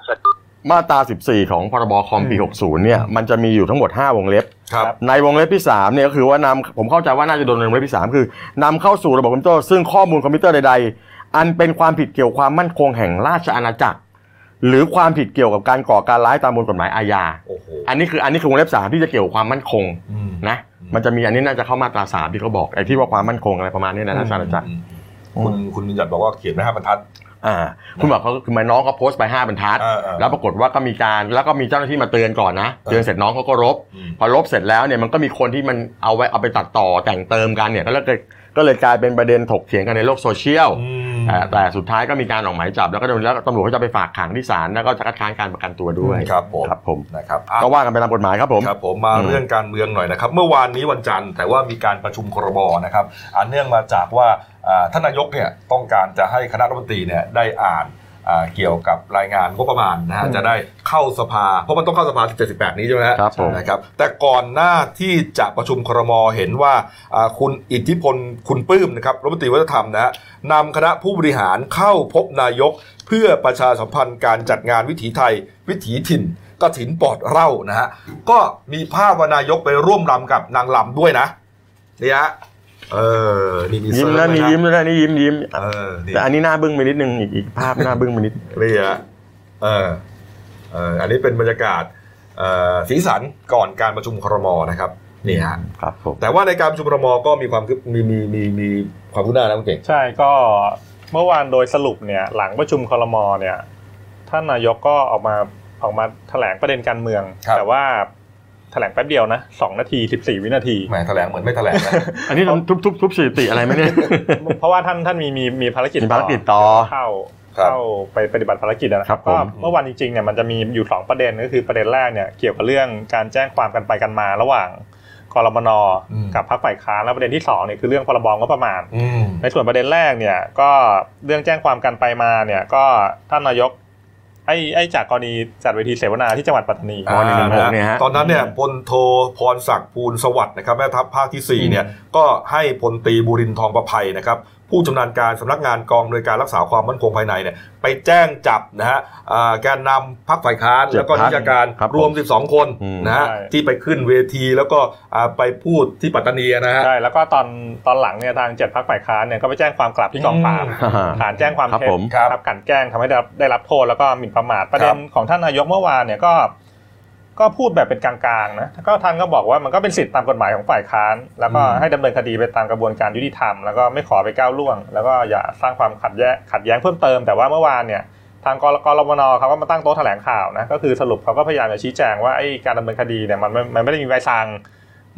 มาตรา 14 ของพรบคอมปี 60 เนี่ยมันจะมีอยู่ทั้งหมด 5 วงเล็บ ครับ ในวงเล็บที่3เนี่ยก็คือว่านำผมเข้าใจว่าน่าจะโดนในวงเล็บที่ 3 คือนำเข้าสู่ระบบคอมพิวเตอร์ซึ่งข้อมูลคอมพิวเตอร์ใด ๆ อันเป็นความผิดเกี่ยวความมั่นคงแห่งราชอาณาจักร หรือความผิดเกี่ยวกับการก่อการร้ายตามมวลกฎหมายอาญา โอ้โห อันนี้คืออันนี้คือวงเล็บ3ที่จะเกี่ยวกับความมั่นคง อืม นะ อืม มันจะมีอันนี้น่าจะเข้ามาตราสามที่เขาบอกไอ้ที่ว่าความมั่นคงอะไรประมาณนี้นะนะอาจารย์อาจารย์ อืมคุณคุณบัญญัติบอกว่าเขียนไว้ห้าบรรทัด อ่าคุณบอกเขาคือมาน้องก็โพสต์ไปห้าบรรทัด เออเออ แล้วปรากฏว่าก็มีการแล้วก็มีเจ้าหน้าที่มาเตือนก่อนนะ เออ เตือนเสร็จน้องเขาก็รบ อืม พอลบเสร็จแล้วเนี่ยมันก็มีคนที่มันเอาไว้เอาไปตัดต่อแต่งเติมกันเนี่ยก็เลยก็เลยกลายเป็นประเด็นถกเถียงกันในโลกโซเชียล อืม แต่แต่สุดท้ายก็มีการออกหมายจับ แล้วก็แล้วตำรวจก็จะไปฝากขังที่ศาลแล้วก็จะคัดค้านการประกันตัวด้วย ครับผม ครับผม นะครับอ่ะ ก็ว่ากันไปตามกฎหมายครับผม ครับผมมาเรื่องการเมืองหน่อยนะครับ เมื่อวานนี้วันจันทร์แต่ว่ามีการประชุมครมนะครับอันเนื่องมาจากว่าอ่าท่านนายกเนี่ยต้องการจะให้คณะรัฐมนตรีเนี่ยได้อ่านอ่าเกี่ยวกับรายงานงบประมาณนะฮะ อืม จะได้เข้าสภา เพราะมันต้องเข้าสภา17 18นี้ใช่ไหมฮะ ครับผม นะครับแต่ก่อนหน้าที่จะประชุมครมเห็นว่าอ่าคุณอิทธิพลคุณปลื้มนะครับรัฐมนตรีวัฒนธรรมนะฮะนำคณะผู้บริหารเข้าพบนายก เพื่อประชาสัมพันธ์การจัดงานวิถีไทย วิถีถิ่นกถินปอดเหล่านะฮะ ก็มีภาพว่านายกไปร่วมรำกับนางรำด้วยนะนี่ฮะเออนี่มี ยิ้ม เซิร์ฟ นะ ด้ว นี่ ย ยิ้มนะนี่ยิ้มยิ้ม เออนี่ แต่อันนี้หน้าบึ้งไปนิดนึงอีกอีกภาพหน้าบึ้งไปนิด นี่ฮะเออเอออันนี้เป็นบรรยากาศเอ่อสีสันก่อนการประชุมครมนะครับนี่ฮะ ครับผม แต่ว่าในการประชุมครมก็มีความคืบมีมีมีมีความคืบหน้านะคุณเก่ง ใช่ก็เมื่อวานโดยสรุปเนี่ยหลังประชุมคอรมอเนี่ยท่านนายกก็ออกมาออกมาแถลงประเด็นการเมือง แต่ว่าแถลงแป๊บเดียวนะสองนาทีสิบสี่วินาที แหมแถลงเหมือนไม่แถลงนะ [laughs] อันนี้ทำทุบทุบทุบสถิติอะไรไหมเนี่ย เพราะว่าท่านท่านมีมีมีภารกิจ มีภารกิจต่อ เข้า ครับ เข้าไปปฏิบัติภารกิจนะค ครั รับบ ผม ก็เมื่อวันจริงๆเนี่ยมันจะมีอยู่สองประเด็นก็คือประเด็นแรกเนี่ยเกี่ยวกับเรื่องการแจ้งความกันไปกันมาระหว่างกรมน อืม กับพรรคฝ่ายค้านแล้วประเด็นที่สองเนี่ยคือเรื่องพรบงบประมาณ อืม ในส่วนประเด็นแรกเนี่ยก็เรื่องแจ้งความกันไปมาเนี่ยก็ท่านนายกไอ้ไอ้จากกรณีจัดเวทีเสวนาที่จังหวัดปัตตานี มหนึ่งหนึ่งหกเนี่ยฮะ ตอนนั้นเนี่ยพลโทพรศักดิ์ภูลสวัสดิ์นะครับแม่ทัพภาคทีสี่ อื 4 ม เนี่ยก็ให้พลตรีบุรินทร์ทองประภัยนะครับผู้ชำนาญการสำนักงานกองโดยการรักษาความมั่นคงภายในเนี่ยไปแจ้งจับนะฮะอ่าแกนนำพักฝ่ายค้าน เจ็ด แล้วก็นิจการ ครับผม รวม 12 คน อืม นะฮะที่ไปขึ้นเวทีแล้วก็อ่าไปพูดที่ปัตตานีนะฮะ ใช่แล้วก็ตอนตอนหลังเนี่ยทางเจ็ดพักฝ่ายค้านเนี่ยก็ไปแจ้งความกลับที่กองปราบ อืม ฐานแจ้งความ ครับ เท็จ ผม ครับ กลันแกล้งทำให้ได้รับได้รับโทษแล้วก็หมิ่นประมาทประเด็นของท่านนายกเมื่อวานเนี่ยก็ก็พูดแบบเป็นกลางๆนะก็ท่านก็บอกว่ามันก็เป็นสิทธิตามกฎหมายของฝ่ายค้าน แล้วก็ อืม ให้ดำเนินคดีไปตามกระบวนการยุติธรรมแล้วก็ไม่ขอไปก้าวล่วง แล้วก็อย่าสร้างความขัดแย้งขัดแย้งเพิ่มเติมแต่ว่าเมื่อวานเนี่ย ทางกรกรมนเขาก็มาตั้งโต๊ะแถลงข่าวนะก็คือสรุปเขาก็พยายามจะชี้แจงว่าไอ้การดำเนินคดีเนี่ยมันไม่มันไม่ได้มีใบสั่ง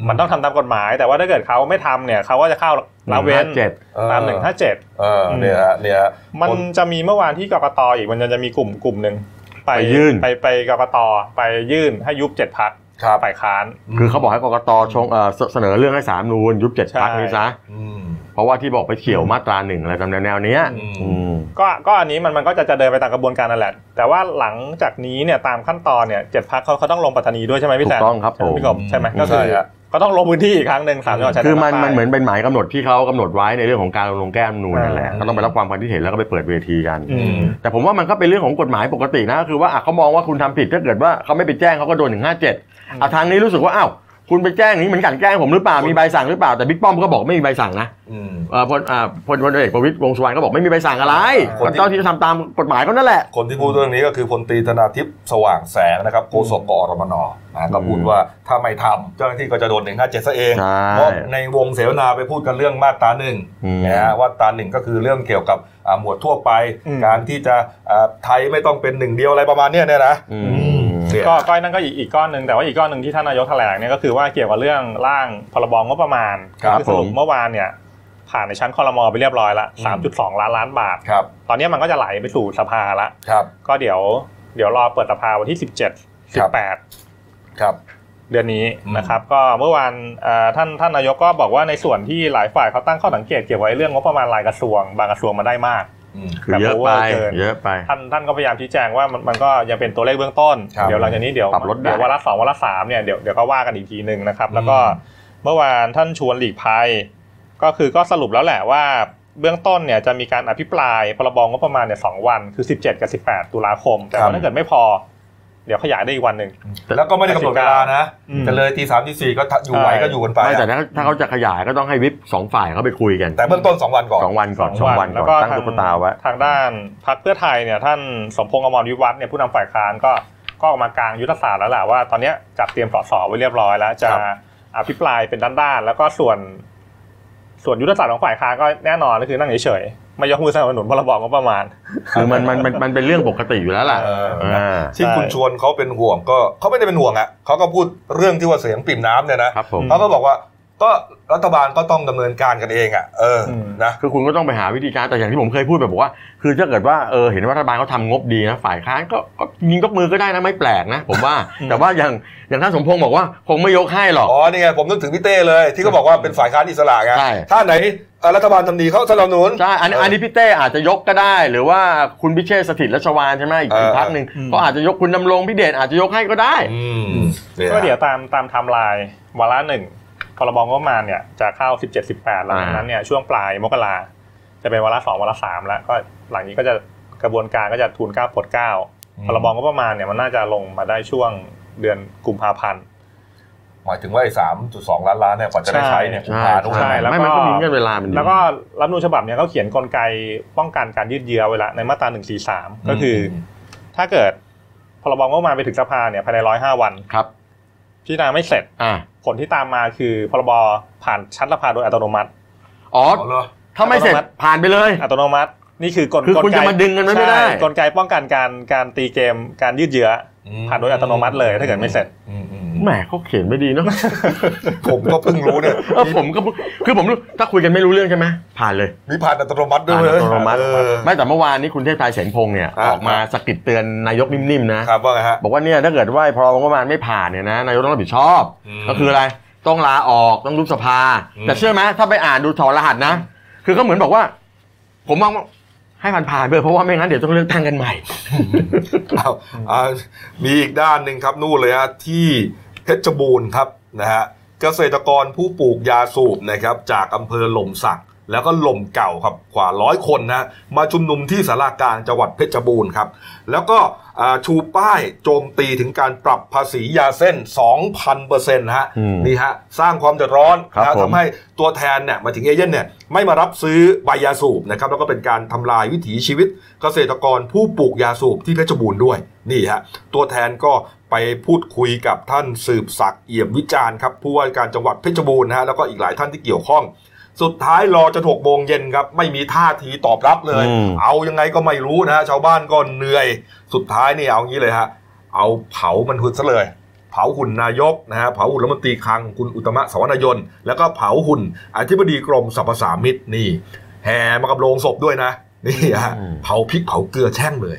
มันต้องทำตามกฎหมาย แต่ว่าถ้าเกิดเขาไม่ทำเนี่ยเขาก็จะเข้าละเว้น เจ็ด ตามหนึ่งห้าเจ็ด เออเนี่ยฮะเนี่ยฮะ มัน พล จะมีเมื่อวานที่กกตอีกมันจะมีกลุ่มกลุ่มหนึ่งไป ไปยื่น ไปไปกกตไปยื่นให้ยุบเจ็ดพัก ครับ ฝ่ายค้าน คือเขาบอกให้กกตชงเอ่อเสเสนอเรื่องให้สามนูนยุบเจ็ด ใช่ พักนี้ซะ อืม เพราะว่าที่บอกไปเขี่ยวมาตราหนึ่งอะไรตามแนวๆเนี้ย อืม อืม ก็ก็อันนี้มันมันก็จะจะเดินไปตามกระบวนการนั่นแหละ แต่ว่าหลังจากนี้เนี่ยตามขั้นตอนเนี่ยเจ็ดพักเขาเขาต้องลงปัตตานีด้วยใช่ไหมพี่แซน ถูกต้องครับ ใช่ไห ผม พี่กบใช่ไหม อืม ก็คือ ใช่ฮะ ก็ต้องลงพื้นที่อีกครั้งหนึ่งสามจังหวัดชายแด คือ ภา มัน คใต้ มันเหมือนเป็นหมายกำหนดที่เขากำหนดไว้ในเรื่องของการลงแก้มนูนนั่นแหละ อ่า ก็ต้องไปรับความคิดเห็นแล้วก็ไปเปิดเวทีกัน อืม แต่ผมว่ามันก็เป็นเรื่องของกฎหมายปกตินะก็คือว่าอ่ะเขามองว่าคุณทำผิดถ้าเกิดว่าเขาไม่ไปแจ้งเขาก็โดนถึงห้าเจ็ด ม อ่ะทางนี้รู้สึกว่าอ้าวคุณไปแจ้งอย่างนี้เหมือนกลันแกล้งผมหรือเปล่ามีใบสั่งหรือเปล่าแต่บิ๊กป้อมก็บอกไม่มีใบสั่งนะ อืม เอ่อพลอ่าพลพลเอกประวิตรวงษ์สุวรรณก็บอกไม่มีใบสั่งอะไร คนที่ เจ้าที่ทำตามกฎหมายเขานั่นแหละ คนที่พูดเรื่องนี้ก็คือพลตรีธนาทิพย์สว่างแสงนะครับโฆษกกอรมนนะก็พูดว่าถ้าไม่ทำเจ้าหน้าที่ก็จะโดนหนึ่งห้าเจ็ดซะเอง ใช่ เพราะในวงเสวนาไปพูดกันเรื่องมาตราหนึ่ง อืม นะฮะว่าตราหนึ่งก็คือเรื่องเกี่ยวกับอ่าหมวดทั่วไป อืม การที่จะอ่าไทยไม่ต้องเป็นหนึ่งเดียวอะไรประมาณเนี้ยเนี่ยนะ อืม เนี่ย ก็ก็นั่นก็อีกอีกก้อนหนึ่งแต่ว่าอีกก้อนหนึ่งที่ท่านนายกแถลงเนี่ยก็คือว่าเกี่ยวกับเรื่องร่างพรบงบประมาณ ครับ ที่สรุผปม เมื่อวานเนี่ยผ่านในชั้นคอรมอไปเรียบร้อยละ3.2 ล้านล้านบาท ครับ ตอนนี้มันก็จะไหลไปสู่สภาละ ครับ ก็เดี๋ยวเดี๋ยวรอเปิดสภาวันที่ 17 ครับ 18 ครับ เดือนนี้ อืม นะครับ ก็เมื่อวานเอ่อท่านท่านนายกก็บอกว่าในส่วนที่หลายฝ่ายเขาตั้งข้อสังเกตเกี่ยวไว้เรื่องงบประมาณรายกระทรวง บางกระทรวงมาได้มาก อืม คือเยอะไป แบบ over เกิน เยอะไป ท่านท่านก็พยายามชี้แจงว่ามันมันก็ยังเป็นตัวเลขเบื้องต้น ครับ เดี๋ยวหลังจากนี้เดี๋ยว ปรับลดได้ เดี๋ยววาระสองวาระสามเนี่ยเดี๋ยวเดี๋ยวก็ว่ากันอีกทีหนึ่งนะครับ แล้วก็ อืม เมื่อวานท่านชวนหลีกภัย ก็คือก็สรุปแล้วแหละว่าเบื้องต้นเนี่ยจะมีการอภิปรายพรบงบประมาณเนี่ยสองวันคือ 17 กับ 18 ตุลาคม แต่ว่าถ้าเกิดไม่พอ เดี๋ยวขยายได้อีกวันหนึ่ง แล้วก็ไม่ได้กำหนดเวลานะ อืม จะเลยตีสามตีสี่ก็อยู่ไหวก็อยู่กันไป ไม่แต่ อะ ถ้าถ้าเขาจะขยายก็ต้องให้วิปสองฝ่ายเขาไปคุยกัน แต่เบื้องต้นสองวันก่อน สองวันก่อนสองวัน แล้ว ก่ ก็ อนตั้ง ทาง ตุ๊กตาไว้ ทางด้านพรรคเพื่อไทยเนี่ยท่านสมพงษ์อมรวิวัฒน์เนี่ยผู้นำฝ่ายค้านก็ก็ออกมากลางยุทธศาสตร์แล้วแหละว่าตอนเนี้ยจัดเตรียมสสไว้เรียบร้อยแล้วจะ ครับ อภิปรายเป็นด้านๆแล้วก็ส่วนส่วนยุทธศาสตร์ของฝ่ายค้านก็แน่นอนก็คือนั่งเฉยๆไม่ยกมือสนับสนุนพรบงบประมาณ คือมันมันมันมันเป็นเรื่องปกติอยู่แล้วล่ะ เออ อ่า ที่คุณชวนเขาเป็นห่วงก็เขาไม่ได้เป็นห่วงอ่ะเขาก็พูดเรื่องที่ว่าเสียงปริ่มน้ำเนี่ยนะครับ ผม เขาก็บอกว่าก็รัฐบาลก็ต้องดำเนินการกันเองอ่ะเอออ ม นะ คือคุณก็ต้องไปหาวิธีการแต่อย่างที่ผมเคยพูดไปบอกว่า คือถ้าเกิดว่าเออเห็นว่ารัฐบาลเขาทำงบดีนะฝ่ายค้านก็ก็ยิงยกมือก็ได้นะไม่แปลกนะ ผมว่า แต่ว่าอย่างอย่างท่านสมพงษ์บอกว่าคงไม่ยกให้หรอก อ๋อนี่ไงผมนึกถึงพี่เต้เลยที่เขาบอกว่าเป็นฝ่ายค้านอิสระไง ใช่ ถ้าไหนเอ่อรัฐบาลทำดีเขาสนับสนุน ใช่อันนี้อันนี้พี่เต้อาจจะยกก็ได้ หรือว่าคุณพิเชษฐ์สถิตรัชวานใช่ไหมอีก เออ อีกพักหนึ่งก็อาจจะยกคุณดำรงพิเดชอาจจะยกให้ก็ได้ อืมนี่ ก็เดี๋ยวตามตามไทม์ไลน์วาระหนึ่งพรบงบประมาณเนี่ยจะเข้า 17 18หลังจากนั้นเนี่ยช่วงปลายมกราจะเป็นวาระสองวาระสามแล้วก็หลังนี้ก็จะกระบวนการก็จะทูลเกล้าโปรดเกล้าพรบงบประมาณเนี่ยมันน่าจะลงมาได้ช่วงเดือนกุมภาพันธ์ หมายถึงว่าไอ้สามจุดสองล้านล้านเนี่ยกว่าจะได้ใช้เนี่ย ใช่ กุมภาพันธ์ ใช่แล้วก็ ไม่มันก็มีเงื่อนเวลามันอยู่ แล้วก็รัฐธรรมนูญฉบับเนี่ยเขาเขียนกลไกป้องกันการยืดเยื้อไว้ละในมาตรา143 ก็คืออถ้าเกิดพรบงบประมาณไปถึงสภาเนี่ยภายใน105 วัน ครับ พิจารณาไม่เสร็จ อ่า ผลที่ตามมาคือพรบผ่านชั้นสภาโดยอัตโนมัติ อ๋อ อ๋อเหรอ ถ้าไม่เสร็จผ่านไปเลย อัตโนมัตินี่คือกล คือคุณ กลไก จะมาดึงกันไว้ไม่ได้ ใช่กลไกป้องกันการการตีเกมการยืดเยื้อ ผ่านโดยอัตโนมัติเลยถ้าเกิดไม่เสร็จ อืมอืม แหมเขาเขียนไม่ดีเนาะ ผมก็เพิ่งรู้เนี่ย เออผมก็คือผมรู้ถ้าคุยกันไม่รู้เรื่องใช่ไหมผ่านเลย มีผ่านอัตโนมัติด้วย ผ่านอัตโนมัติ เออ ไม่แต่เมื่อวานนี้คุณเทพไทยเสนพงษ์เนี่ย อ่า ออกมาสะกิดเตือนนายกนิ่มๆนะครับ ว่าไงฮะ บอกว่าเนี่ยถ้าเกิดว่าพองบประมาณไม่ผ่านเนี่ยนะนายกต้องรับผิดชอบ อืม ก็คืออะไรต้องลาออกต้องยุบสภา อืม แต่เชื่อไหมถ้าไปอ่านดูถอดรหัสนะ คือก็เหมือนบอกว่า ผมมองว่าให้ผ่านผ่านๆไปเพราะว่าไม่งั้นเดี๋ยวต้องเลือกตั้งกันใหม่ เอาเอามีอีกด้านหนึ่งครับนู่นเลยฮะที่เพชรบูรณ์ครับนะฮะเกษตรกรผู้ปลูกยาสูบนะครับจากอำเภอหล่มสัก แล้วก็หล่มเก่าครับกว่าร้อยคนนะมาชุมนุมที่สารากลางจังหวัดเพชรบูรณ์ครับ แล้วก็อ่าชูป้ายโจมตีถึงการปรับภาษียาเส้น 2,000%นะฮะ อืม นี่ฮะสร้างความเดือดร้อน ครับ นะฮะ ผม ทำให้ ให้ตัวแทนเนี่ยมาถึงเอเย่นเนี่ยไม่มารับซื้อใบยาสูบนะครับแล้วก็เป็นการทำลายวิถีชีวิตเกษตรกรผู้ปลูกยาสูบที่เพชรบูรณ์ด้วยนี่ฮะตัวแทนก็ไปพูดคุยกับท่านสืบศักดิ์เอี่ยมวิจารณ์ครับผู้ว่าการจังหวัดเพชรบูรณ์นะฮะแล้วก็อีกหลายท่านที่เกี่ยวข้อง สุดท้ายรอจนหกโมงเย็นครับไม่มีท่าทีตอบรับเลย อืม เอายังไงก็ไม่รู้นะฮะชาวบ้านก็เหนื่อย สุดท้ายนี่เอางี้เลยฮะเอาเผามันหุ่นซะเลย เผาหุ่นนายกนะฮะเผาหุ่นรัฐมนตรีคลังคุณอุตตมะสาวนายน แล้วก็เผาหุ่นอธิบดีกรมสรรพสามิตนี่ แห่มากับโรงศพด้วยนะนี่ฮะ อืม เผาพริกเผาเกลือแช่งเลย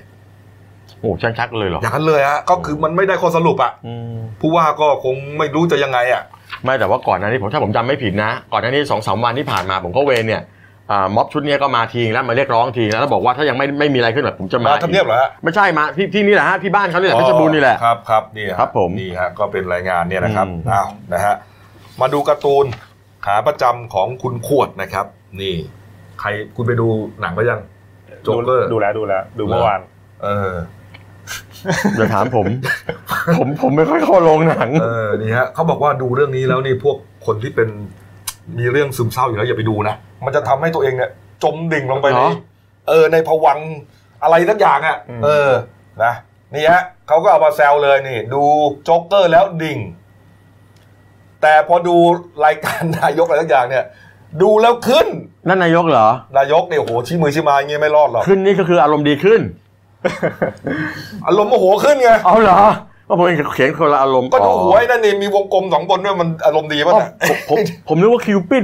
โอ้ช่างชักเลยเหรอ อย่างนั้นเลยฮะก็คือมันไม่ได้ข้อสรุปอะ อืม ผู้ว่าก็คงไม่รู้จะยังไงอะ ไม่แต่ว่าก่อนหน้านี้ผมถ้าผมจำไม่ผิดนะ ก่อนหน้านี้สองสามวันที่ผ่านมาผมก็เวรเนี่ยอ่าม็อบชุดเนี้ยก็มาทีแล้วมาเรียกร้องทีแล้วแล้วบอกว่าถ้ายังไม่ไม่มีอะไรขึ้นแบบผมจะมา มาทำเนียบเหรอฮะ ไม่ใช่มาที่ที่นี่แหละฮะที่บ้านเขาเนี่ยแหละเพชรบูรณ์นี่แหละ ครับครับนี่ฮะ ครับผม นี่ฮะก็เป็นรายงานเนี่ยนะครับ อืม อ้าวนะฮะมาดูการ์ตูนขาประจำของคุณขวดนะครับ นี่ ใครคุณไปดูหนังก็ยัง โจ๊กเกอร์ ดูแลดูแลดูเมื่อวาน เออ อย่าถามผม ผมผมไม่ค่อยเข้าโรงหนัง เออ นี่ฮะเขาบอกว่าดูเรื่องนี้แล้วนี่พวกคนที่เป็นมีเรื่องซึมเศร้าอยู่แล้วอย่าไปดูนะ มันจะทำให้ตัวเองเนี่ย จมดิ่งลงไปใน เหรอ เออ ในผวังค์อะไรสักอย่างอ่ะ เออ นะ นี่ฮะเขาก็เอามาแซวเลยนี่ ดูโจ๊กเกอร์แล้วดิ่ง แต่พอดูรายการนายกอะไรสักอย่างเนี่ย ดูแล้วขึ้น นั่นนายกเหรอ นายกเนี่ยโอ้โหชี้มือชี้ไมาอย่างเงี้ยไม่รอดหรอก ขึ้นนี่ก็คืออารมณ์ดี [laughs] ขึ้น อารมณ์โมโหขึ้นไง เอาเหรอก็ผมเขียนคนละอารมณ์ ก็ดูหัวไอ้นั่นนี่มีวงกลมสองบนด้วยมันอารมณ์ดี อ๋ ป่ะ อ เนี่ย ผมผมผมนึกว่าคิว [laughs] ปิด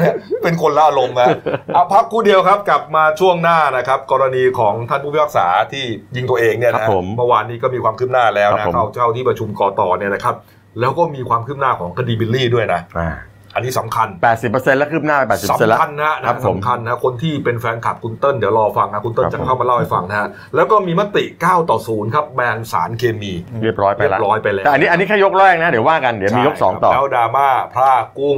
เนี่ย [laughs] เป็นคนละอารมณ์นะเอาพักครู่เดียวครับกลับมาช่วงหน้านะครับ กรณีของท่านผู้พิพากษาที่ยิงตัวเองเนี่ย ครั นะ บผม เมื่อวานนี้ก็มีความคืบหน้าแล้ว ครั นะ บผม เข้าเจ้าที่ประชุมกตเนี่ยนะครับ แล้วก็มีความคืบหน้าของคดีบิลลี่ด้วยนะ อ่า อันนี้สำคัญ แปดสิบเปอร์เซ็นต์แล้วคืบหน้าไปแปดสิบเปอร์เซ็นต์ สำ แล้ว คัญนะฮะ ครับ นะ ผม สำคัญนะคนที่เป็นแฟนคลับคุณเติ้ลเดี๋ยวรอฟังนะคุณเติ้ล ครับ จะ ผม เข้ามาเล่าให้ฟังนะฮะแล้วก็มีมติ 9 ต่อ 0 ครับแบนสารเคมี เรียบร้อยไปแล้ว เรียบร้อยไปแล้ว แต่อันนี้อันนี้แค่ยกแรกนะเดี๋ยวว่ากันเดี๋ยวมียกสองต่อ แล้วดราม่าพรากุ้ง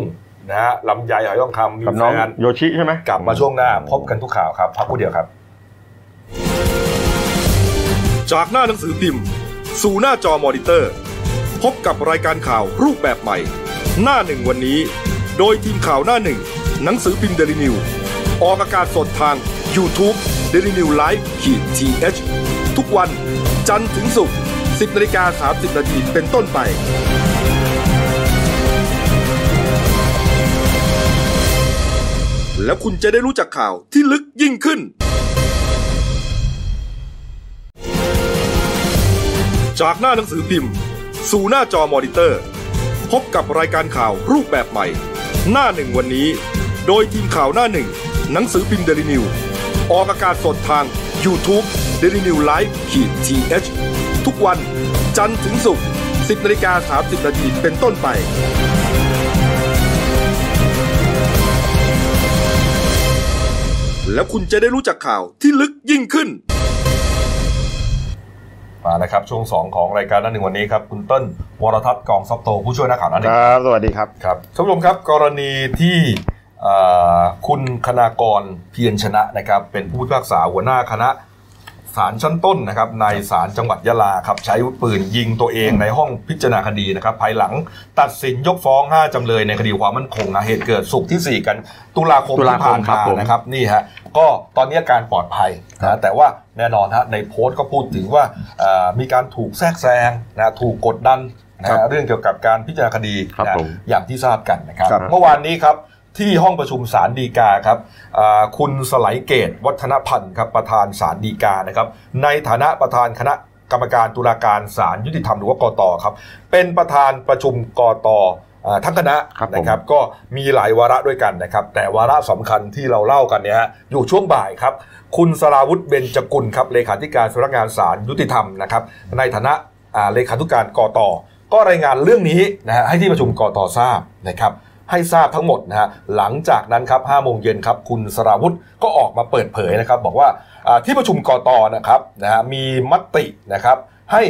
นะฮะลำไยหายทองคำมี กับ แฟ น้อง น โยชิใช่ไหม กลับมาช่วงหน้าพบกันทุกข่าวครับพักครู่เดียวครับ จากหน้าหนังสือพิมพ์ สู่หน้าจอมอนิเตอร์ พบกับรายการข่าวรูปแบบใหม่ หน้าหนึ่งวันนี้ โดยทีมข่าวหน้าหนึ่ง หนังสือพิมพ์เดลิวิวออกอากาศสดทาง YouTube d e l i n e w l i v e ขีดทีเทุกวันจันทร์ถึงศุกร์10นาฬิกา30นาทีเป็นต้นไป แล้วคุณจะได้รู้จักข่าวที่ลึกยิ่งขึ้น จากหน้าหนังสือพิมพ์ สู่หน้าจอมอนิเตอร์ พบกับรายการข่าวรูปแบบใหม่ หน้าหนึ่งวันนี้ โดยทีมข่าวหน้าหนึ่ง หนังสือพิมพ์เดลินิวออกอากาศสดทาง YouTube d e l i n e w l i v e ขีดทีทุกวันจันทร์ถึงศุกร์10นาฬิกา30นาทีเป็นต้นไป แล้วคุณจะได้รู้จักข่าวที่ลึกยิ่งขึ้น มาแล้วครับช่วงสองของรายการหนั่นหนึ่งวันนี้ครับคุณเต้นวรทัศน์กองซับโตผู้ช่วยนักข่าวหนั่นหนึ่ ค ง รับสวัสดีครับ ครับท่านผู้ชมครับกรณีที่เอ่อคุณคณากรเพียรชนะนะครับเป็นผู้พิพากษาหัวหน้าคณะศาลชั้นต้นนะครับในศาลจังหวัดยะลาครับใช้อาวุธปืนยิงตัวเองในห้องพิจารณาคดีนะครับภายหลังตัดสินยกฟ้อง 5 จำเลยในคดีความมั่นคงนะเหตุเกิดสุกร์ที่ 4 กันตุลาคม ตุลา ที่ ค ผ่าม น ครับ มา ผม นะครับนี่ฮะก็ตอนนี้อาการปลอดภัยนะแต่ว่าแน่นอนฮะในโพสต์ก็พูดถึงว่าเอ่อมีการถูกแทรกแซงนะถูกกดดันนะฮะเรื่องเกี่ยวกับการพิจารณาคดี ครับ นะ ผม อย่างที่ทราบกันนะครับ ครับ เมื่อวานนี้ครับที่ห้องประชุมศาลฎีกาครับอ่าคุณสไลเกต วัฒนพันธ์ครับประธานศาลฎีกานะครับ ในฐานะประธานคณะกรรมการตุลาการศาลยุติธรรมหรือว่ากตครับ เป็นประธานประชุมกตอ่าทั้งคณะ ครับผม นะครับ ก็มีหลายวาระด้วยกันนะครับ แต่วาระสำคัญที่เราเล่ากันเนี่ยฮะอยู่ช่วงบ่ายครับ คุณสราวุธเบญจกุลครับเลขาธิการสำนักงานศาลยุติธรรมนะครับในฐานะอ่าเลขาธิการกตก็รายงานเรื่องนี้นะฮะให้ที่ประชุมกตทราบนะครับให้ทราบทั้งหมดนะฮะหลังจากนั้นครับ5โมงเย็นครับคุณสราวุธก็ออกมาเปิดเผยนะครับ บอกว่าอ่าที่ประชุมกตนะครับนะฮะมีมตินะครับให้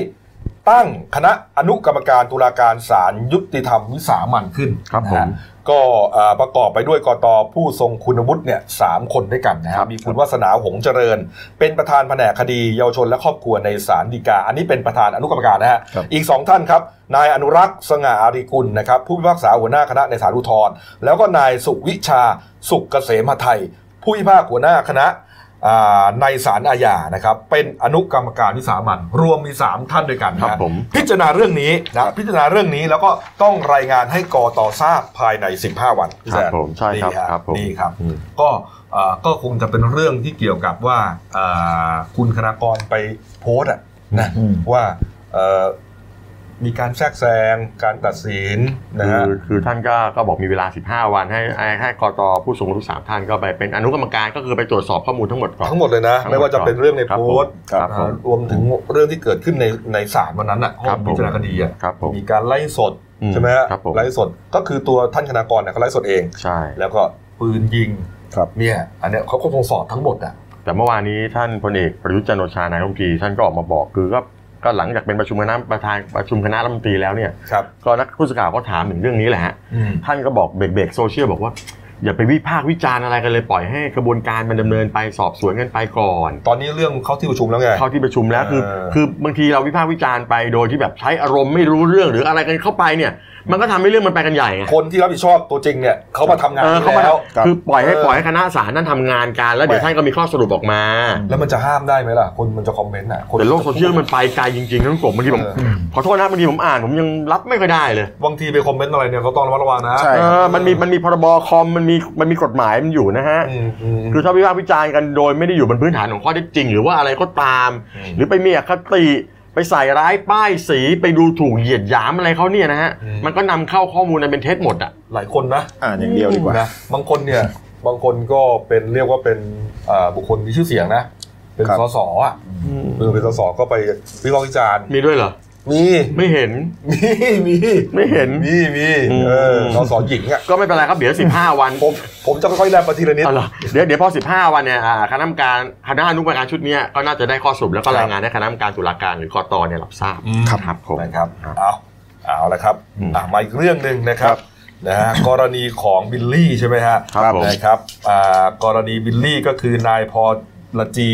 ตั้งคณะอนุกรรมการตุลาการศาลยุติธรรมวิสามันขึ้น ครับ นะ ผ ฮะ ม ก็เอ่อประกอบไปด้วยกตผู้ทรงคุณวุฒิเนี่ยสามคนด้วยกันนะค ครั รับบ มีคุณวาสนาหงส์เจริญ เป็นประธานแผนกคดีเยาวชนและครอบครัวในศาลฎีกา อันนี้เป็นประธานอนุกรรมการนะฮะ ครับ อีกสองท่านครับนายอนุรักษ์สง่าอารีกุลนะครับผู้พิพากษาหัวหน้าคณะในศาลอุทธรณ์แล้วก็นายสุวิชาสุกเกษมหไทย ผู้พิพากษาหัวหน้าคณะอ่าในศาลอาญานะครับเป็นอนุกรรมการวิสามันรวมมีสามท่านด้วยกันนะ ค ฮะ รับผม พิจารณาเรื่องนี้นะพิจารณาเรื่องนี้แล้วก็ต้องรายงานให้กอตอทราบภายใน 15 วันพี่แซ ครับผมใช่ครับ นี่ฮะ ครับผม นี่ครับ ก็เอ่อก็คงจะเป็นเรื่องที่เกี่ยวกับว่าเอ่อคุณคณากรไปโพสต์อะนะ อืม ว่าเอ่อมีการแทรกแซงการตัดสินนะ คือ ฮะ คือท่านก็ก็บอกมีเวลา 15 วันให้ให้ให้กตผู้ทรงรู้สามท่านก็ไปเป็นอนุกรรมการก็คือไปตรวจสอบข้อมูลทั้งหมดก่อน ทั้งหมดเลยนะ ทั้งหมด ไม่ว่าจะเป็นเรื่องใน ครับ โพสต์ ครับ นะ ผม รวมถึงเรื่องที่เกิดขึ้นในในศาลวันนั้นอ่ะห้ ครั อง บผม พิจารณาคดีอ่ะ ครับผม มีการไล่สด อืม ใช่ไหมฮะ ครับผม ไล่สดก็คือตัวท่านคณากรเนี่ยเขาไล่สดเอง ใช่ แล้วก็ปืนยิง ครับ เนี่ยอันเนี้ยเขาก็คงสอบทั้งหมดอ่ะ แต่เมื่อวานนี้ท่านพลเอกประยุทธ์จันทร์โอชานายกรัฐมนตรีท่านก็ออกมาบอกคือก็ก็หลังจากเป็นประชุมคณะประธานประชุมคณะรัฐมนตรีแล้วเนี่ย ครับ ก็นักผู้สื่อข่าวก็ถามถึงเรื่องนี้แหละฮะ อืม ท่านก็บอกเบรกเบรกโซเชียลบอกว่าอย่าไปวิพากษ์วิจารณ์อะไรกันเลยปล่อยให้กระบวนการมันดำเนินไปสอบสวนกันไปก่อน ตอนนี้เรื่องเข้าที่ประชุมแล้วไง เข้าที่ประชุมแล้วคือ เออ คือบางทีเราวิพากษ์วิจารณ์ไปโดยที่แบบใช้อารมณ์ไม่รู้เรื่องหรืออะไรกันเข้าไปเนี่ย มันก็ทำให้เรื่องมันไปกันใหญ่ไง คนที่รับผิดชอบตัวจริงเนี่ยเขามาทำงาน เออ นี้ เขามา แล้ว ครับ คือปล่อยให้ เออ ปล่อยให้คณะศาลนั่นทำงานกันแล้วเดี๋ยว แหม่ ท่านก็มีข้อสรุปออกมา แล้วมันจะห้ามได้ไหมล่ะ คนมันจะคอมเมนต์อ่ะคน แต่โลกโซเชียลมันไปไกลจริงๆทั้งกลมบางทีผม เออ ขอโทษนะบางทีผมอ่านผมยังรับไม่ค่อยได้เลย บางทีไปคอมเมนต์อะไรเนี่ยก็ต้องระมัดระวังนะ ใช่ เออมันมีมันมีพรบคอมมันมีมันมีกฎหมายมันอยู่นะฮะ อืมอืม คือถ้าวิพากษ์วิจารณ์กันโดยไม่ได้อยู่บนพื้นฐานของข้อเท็จจริง หรือว่าอะไรก็ตาม อืม หรือไปมีอคติไปใส่ร้ายป้ายสีไปดูถูกเหยียดหยามอะไรเขาเนี่ยนะฮะ อืม มันก็นำเข้าข้อมูลนั้นเป็นเท็จหมดอ่ะ หลายคนนะ อ่านอย่างเดียวดีกว่า นะบางคนเนี่ยบางคนก็เป็นเรียกว่าเป็นอ่าบุคคลมีชื่อเสียงนะ เป็น ครับ สสอ่ะเออเป็นสสก็ไปวิพากษ์วิจารณ์ มีด้วยเหรอ มี ไม่เห็น มีมี ไม่เห็น มีมี อืม เออสสหญิงอ่ะ ก็ไม่เป็นไรครับเดี๋ยว 15 [laughs] วัน ผมผมจะค่อยๆแลบมาทีละนิด เอาเหรอเดี๋ยวเดี๋ยวพอ 15 วันเนี่ยอ่าคณะกรรมการคณะอนุกรรมการชุดเนี้ยก็น่าจะได้ข้อสรุปแล้วก็รายงานให้คณะกรรมการตุลาการหรือกตเนี่ยรับทราบ ครับ ครับผม นะครับ ครับ เอาเอาละครับ อืม อ่ะมาอีกเรื่องหนึ่งนะครับ นะฮะ กรณีของบิลลี่ใช่ไหมฮะ ครับผม นะครับอ่ากรณีบิลลี่ก็คือนายพอลจี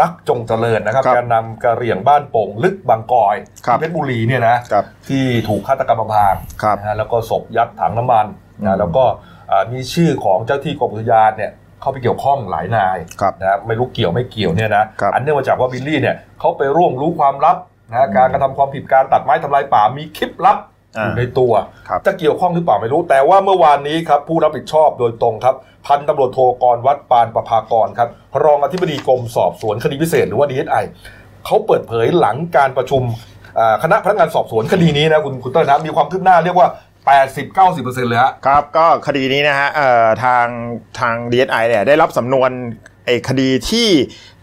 รักจงเจริญนะครับ ครับ แการนำกระเหรี่ยงบ้านโป่งลึกบางกอยที่เพชรบุรีเนี่ยนะ ครับ ที่ถูกฆาตกรรมอำพราง ครับ นะฮะแล้วก็ศพยัดถังน้ำมัน อืม นะแล้วก็อ่ามีชื่อของเจ้าที่กรมอุทยานเนี่ยเข้าไปเกี่ยวข้องหลายนาย ครับ นะไม่รู้เกี่ยวไม่เกี่ยวเนี่ยนะครับ อันเนื่องมาจากว่าบิลลี่เนี่ยเขาไปร่วมรู้ความลับนะการกระทำความผิดการตัดไม้ทำลายป่ามีคลิปลับ อ อ่า ยู่ในตัว ครับ จะเกี่ยวข้องหรือเปล่าไม่รู้ แต่ว่าเมื่อวานนี้ครับผู้รับผิดชอบโดยตรงครับ พันตำรวจโทกรวัดปานประภากรครับ รองอธิบดีกรมสอบสวนคดีพิเศษหรือว่า DSI เขาเปิดเผยหลังการประชุมอ่าคณะพนักงานสอบสวนคดีนี้นะคุณคุณเต้ยนะมีความคืบหน้าเรียกว่า 80-90%เลยฮะ ครับก็คดีนี้นะฮะเอ่อทางทาง DSI เนี่ยได้รับสำนวนไอ้คดีที่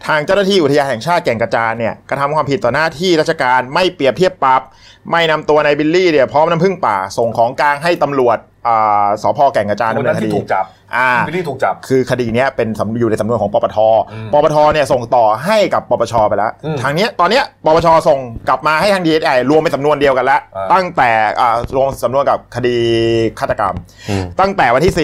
ทางเจ้าหน้าที่อุทยานแห่งชาติแก่งกระจานเนี่ยกระทำความผิดต่อหน้าที่ราชการไม่เปรียบเทียบปรับ ไม่นำตัวนายบิลลี่เนี่ยพร้อมน้ำพึ่งป่า ส่งของกลางให้ตำรวจอ่าสพแก่งกระจานดำ คน เนิ นั้น นค ที่ ดี ถูกจับ อ่า บิลลี่ถูกจับ คือคดีเนี้ยเป็นสำอยู่ในสำนวนของปปท อืม ปปทเนี่ยส่งต่อให้กับปปชไปแล้ว อืม ทางเนี้ยตอนเนี้ยปปชส่งกลับมาให้ทาง DSI รวมเป็นสำนวนเดียวกันแล้ว อ่า ตั้งแต่อ่ารวมสำนวนกับคดีฆาตกรรม อืม ตั้งแต่วันที่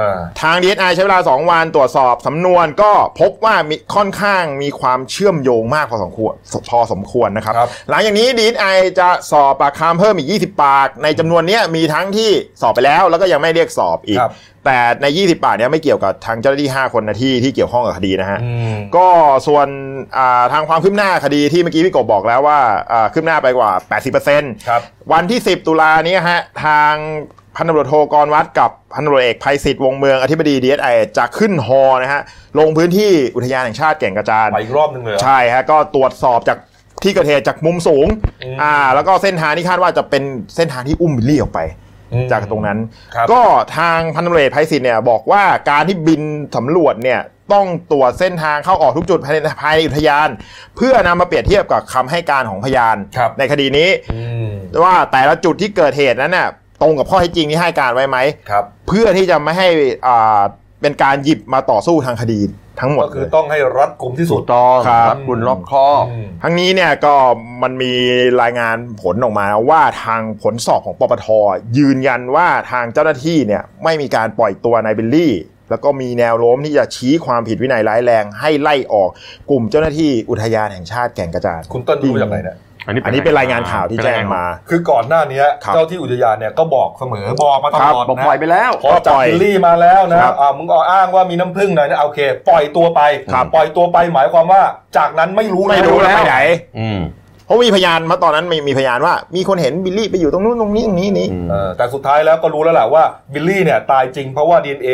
เออ 4 ทาง DSI ใช้เวลา 2 วันตรวจสอบสำนวนก็พบว่ามีค่อนข้างมีความเชื่อมโยงมากพอสมควรพอสมควรนะครับ ครับ หลังจากนี้ DSI จะสอบปากคำเพิ่มอีก 20 ปาก ในจำนวนเนี้ยมีทั้งที่สอบไปแล้ว แล้วก็ยังไม่เรียกสอบอีก ครับ แต่ใน 20 บาทเนี่ยไม่เกี่ยวกับทางเจ้าหน้าที่ 5 คนนะที่ที่เกี่ยวข้องกับคดีนะฮะ อืม ก็ส่วนอ่าทางความคืบหน้าคดีที่เมื่อกี้พี่กบบอกแล้วว่าอ่าคืบหน้าไปกว่า 80% ครับ วันที่ 10 ตุลานี้ฮะ ทางพันตำรวจโทกรวัดกับพันตำรวจเอกภัยศิษฐ์วงเมืองอธิบดี DSI จะขึ้นฮอนะฮะ ลงพื้นที่อุทยานแห่งชาติแก่งกระจาน ไปอีกรอบหนึ่งเลยเหรอ ใช่ฮะก็ตรวจสอบจากที่เกิดเหตุจากมุมสูง อืม อ่าแล้วก็เส้นทางที่คาดว่าจะเป็นเส้นทางที่อุ้มบิลลี่ออกไป อืม จากตรงนั้น ครับ ก็ทางพันตำรวจเอกไพศิษฐ์เนี่ยบอกว่าการที่บินสำรวจเนี่ยต้องตรวจเส้นทางเข้าออกทุกจุดภายในภายในอุทยาน เพื่อนำมาเปรียบเทียบกับคำให้การของพยาน ครับ ในคดีนี้ อืม ว่าแต่ละจุดที่เกิดเหตุนั้นน่ะตรงกับข้อเท็จจริงที่ให้การไว้ไหม ครับ เพื่อที่จะไม่ให้อ่าเป็นการหยิบมาต่อสู้ทางคดีทั้งหมด ก็คือ เลย ต้องให้รัดกุมที่สุ ถู ด กต้อง ครับ ดกุลรอบครอบ อืม ทั้งนี้เนี่ยก็มันมีรายงานผลออกมาว่าทางผลสอบของปปท ยืนยันว่าทางเจ้าหน้าที่เนี่ยไม่มีการปล่อยตัวนายบิลลี่ แล้วก็มีแนวโน้มที่จะชี้ความผิดวินัยร้ายแรง ให้ไล่ออกกลุ่มเจ้าหน้าที่อุทยานแห่งชาติแก่งกระจาน คุณเต้นรู้จากไหนเนี่ย อันนี้ อันนี้เป็นรายงานข่าวที่แจ้งมา คือก่อนหน้านี้ ครับ เจ้าที่อุทยานเนี่ยก็บอกเสมอบอกมาตลอด บอก นะ ปล่อยไปแล้ว พอจับ ปล่อย บิลลี่มาแล้วนะครับ อ่ามึงเอาอ้างว่ามีน้ำผึ้งหน่อยนะโอเค ปล่อยตัวไป ครับ ปล่อยตัวไปหมายความว่าจากนั้นไม่รู้ ไม่รู้แล้วไปไหน อืม เพราะมีพยานมาตอนนั้นมีมีพยานว่ามีคนเห็นบิลลี่ไปอยู่ตรงนู้นตรงนี้ตรงนี้นี่ อืม เออแต่สุดท้ายแล้วก็รู้แล้วแหละว่าบิลลี่เนี่ยตายจริงเพราะว่า DNA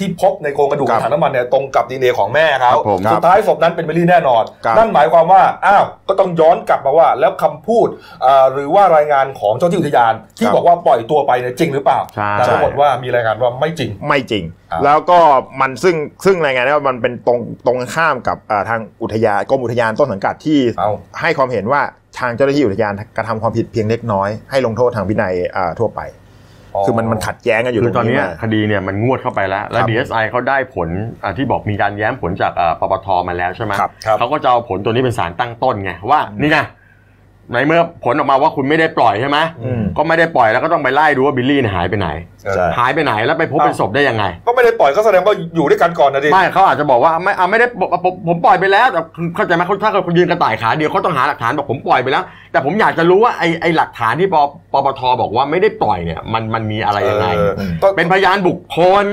ที่พบในโครงกระดูก ครับ ถังน้ำมันเนี่ยตรงกับ DNA ของแม่เขา ครับผมครับ สุดท้ายศพนั้นเป็นบิลลี่แน่นอน ครับ นั่นหมายความว่าอ้าวก็ต้องย้อนกลับมาว่าแล้วคำพูดอ่าหรือว่ารายงานของเจ้าที่อุทยาน ที่บอกว่าปล่อยตัวไปเนี่ยจริงหรือเปล่า ใช่ แต่ปรากฏว่ามีรายงานว่าไม่จริง ไม่จริง อ่า แล้วก็มันซึ่งซึ่งรายงานว่ามันเป็นตรงตรงข้ามกับอ่าทางอุทยานกรมอุทยานต้นสังกัดที่ เอา ให้ความเห็นว่าทางเจ้าหน้าที่อุทยานกระทำความผิดเพียงเล็กน้อย ให้ลงโทษทางวินัยอ่าทั่วไป คือมันมันขัดแย้งกันอยู่ คือต ต อ ร น ง เนี้ นี้ ย มา คดีเนี่ยมันงวดเข้าไปแล้ว แล้ว ครับ DSI เขาได้ผลอ่ะที่บอกมีการแย้มผลจากอ่ะปปทมาแล้วใช่ไหม ครับ ครับ เขาก็จะเอาผลตัวนี้เป็นสารตั้งต้นไงว่านี่ไงในเมื่อผลออกมาว่าคุณไม่ได้ปล่อยใช่ไหม อืม ก็ไม่ได้ปล่อยแล้วก็ต้องไปไล่ดูว่าบิลลี่เนี่ยหายไปไหน ใช่ หายไปไหนแล้วไปพบเป็นศพได้ยังไง ก็ไม่ได้ปล่อยก็แสดงว่าอยู่ด้วยกันก่อนนะดิ ไม่เขาอาจจะบอกว่าไม่อ่ะไม่ได้ผมผมผมปล่อยไปแล้วแต่คุณเข้าใจไหมเขาถ้าเขายืนกระต่ายขาเดียวเขาต้องหาหลักฐานบอกผมปล่อยไปแล้ว แต่ผมอยากจะรู้ว่าไอไอหลักฐานที่ปปปทบอกว่าไม่ได้ปล่อยเนี่ยมันมันมีอะไรยังไง เออต้อง เป็นพยานบุคคล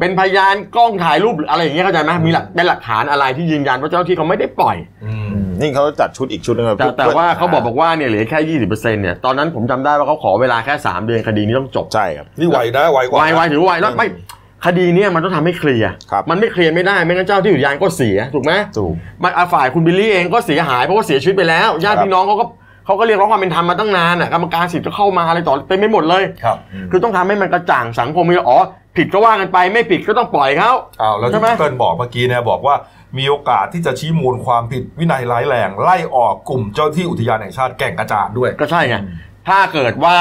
เป็นพยานกล้องถ่ายรูปหรืออะไรอย่างเงี้ยเข้าใจไหมมีหลักเป็นหลักฐานอะไรที่ยืนยันว่าเจ้าหน้าที่เขาไม่ได้ปล่อย อืมนี่เขาจัดชุดอีกชุดหนึง แต่แต่ว่าเขาบอกบอกว่าเนี่ยเหลือแค่ยี่สิบเปอร์เซ็นต์เนี่ยตอนนั้นผมจำได้ว่าเขาขอเวลาแค่สามเดือนคดีนี้ต้องจบ ใช่ครับ นี่ไหวนะไหวกว่า ไวไวถือไวแล้วไม่คดีเนี่ยมันต้องทำให้เคลียร์ ครับ มันไม่เคลียร์ไม่ได้ไม่งั้นเจ้าที่อยู่ยานก็เสียถูกไหม ถูก มันอ่ะฝ่ายคุณบิลลี่เองก็เสียหายเพราะว่าเสียชีวิตไปแล้วญาติ ครับ พี่น้องเขาก็เขาก็เรียกร้องความเป็นธรรมมาตั้งนานอ่ะกรรมการสิทธิ์ก็เข้ามาอะไรต่อเต็มไปหมดเลย ครับ คือต้องทำให้มันกระจ่างสังคมมีอ๋อผิดก็ว่ากันไปไม่ผิดก็ต้องปล่อยเขา เอาแล้ว ใช่ ที่ ไหม เติ้ลบอกเมื่อกี้เนี่ยบอกว่ามีโอกาสที่จะชี้มูลความผิดวินัยร้ายแรงไล่ออกกลุ่มเจ้าที่อุทยานแห่งชาติแก่งกระจานด้วย ก็ใช่ไงถ้าเกิดว่า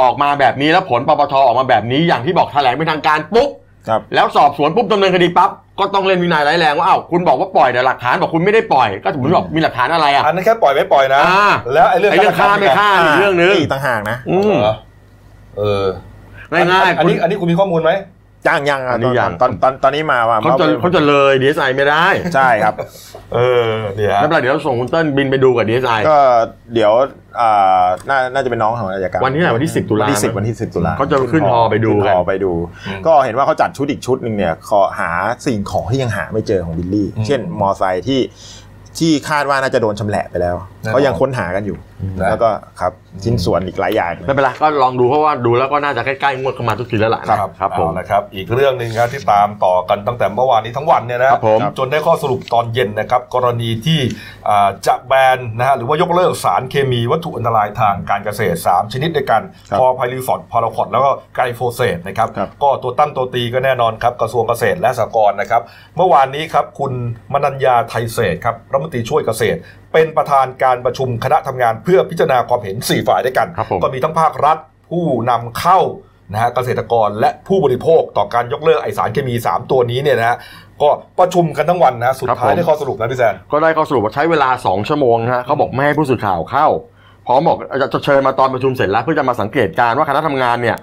ออกมาแบบนี้แล้วผลปปทออกมาแบบนี้อย่างที่บอกแถลงเป็นทางการปุ๊บ ครับ แล้วสอบสวนปุ๊บดำเนินคดีปั๊บก็ต้องเล่นวินัยร้ายแรงว่าอ้าวคุณบอกว่าปล่อยแต่หลักฐานบอกคุณไม่ได้ปล่อยก็ถึงบอกมีหลักฐานอะไรอ่ะ อันนั้นแค่ปล่อยไม่ปล่อยนะ อ่า แล้วไอ้เรื่อง ไอ้เรื่องฆ่าไม่ฆ่าอีกเรื่องนึง อีกต่างหากนะ อืม เหรอเออ ง่ายๆ อัน คุณ นี้อันนี้คุณมีข้อมูลไหม ย่างย่างอ่ะ อันนี้ยัง ตอนตอนตอนตอนนี้มาว่า เขาจะเขาจะเลยดีเอสไอไม่ได้ ใช่ครับ เออเนี่ย ไม่เป็นไรเดี๋ยวเราส่งคุณเติ้ลบินไปดูกับดีเอสไอ ก็เดี๋ยวอ่าน่าน่าจะเป็นน้องของอายการ วันที่ไหนวันที่10ตุลา วันที่สิบวันที่สิบตุลา เขาจะขึ้นฮอไปดู ขึ้นฮอ กัน ไปดู ก็เห็นว่าเขาจัดชุดอีกชุดหนึ่งเนี่ยขอหาสิ่งของที่ยังหาไม่เจอของบิลลี่ เช่นมอไซค์ที่ที่คาดว่าน่าจะโดนชำแหละไปแล้วเขายังค้นหากันอยู่ นะ แล้วก็ครับชิ้นส่วนอีกหลายอย่างนะ ไม่เป็นไรก็ลองดูเพราะว่าดูแล้วก็น่าจะใกล้ๆงวดเข้ามาทุกทีแล้วล่ะ ครับ ครับผม เอาละครับ อีกเรื่องหนึ่งครับที่ตามต่อกันตั้งแต่เมื่อวานนี้ทั้งวันเนี่ยนะครับ ผม จนได้ข้อสรุปตอนเย็นนะครับ กรณีที่อ่าจะแบนนะฮะหรือว่ายกเลิกสารเคมีวัตถุอันตรายทางการเกษตร 3 ชนิดด้วยกัน ครับ คอไพลิฟอดพาราคอดแล้วก็ไกลโฟเซตนะครับ ครับ ก็ตัวตั้งตัวตีก็แน่นอนครับ กระทรวงเกษตรและสหกรณ์นะครับ เมื่อวานนี้ครับ คุณมนัญญาไทยเศรษฐ์ครับรัฐมนตรีช่วยเกษตร เป็นประธานการประชุมคณะทำงานเพื่อพิจารณาความเห็น 4 ฝ่ายด้วยกัน ครับผม ก็มีทั้งภาครัฐ ผู้นำเข้านะฮะเกษตรกรและผู้บริโภคต่อการยกเลิกไอสารเคมี 3 ตัวนี้เนี่ยนะฮะก็ประชุมกันทั้งวันนะสุด ครับ ท้าย ผม ได้ข้อสรุปนะพี่แซน ก็ได้ข้อสรุปว่าใช้เวลา 2 ชั่วโมงนะฮะเขาบอกไม่ให้ผู้สื่อข่าวเข้าพร้อมบอกจะจะเชิญมาตอนประชุมเสร็จแล้วเพื่อจะมาสังเกตการณ์ว่าคณะทำงานเนี่ย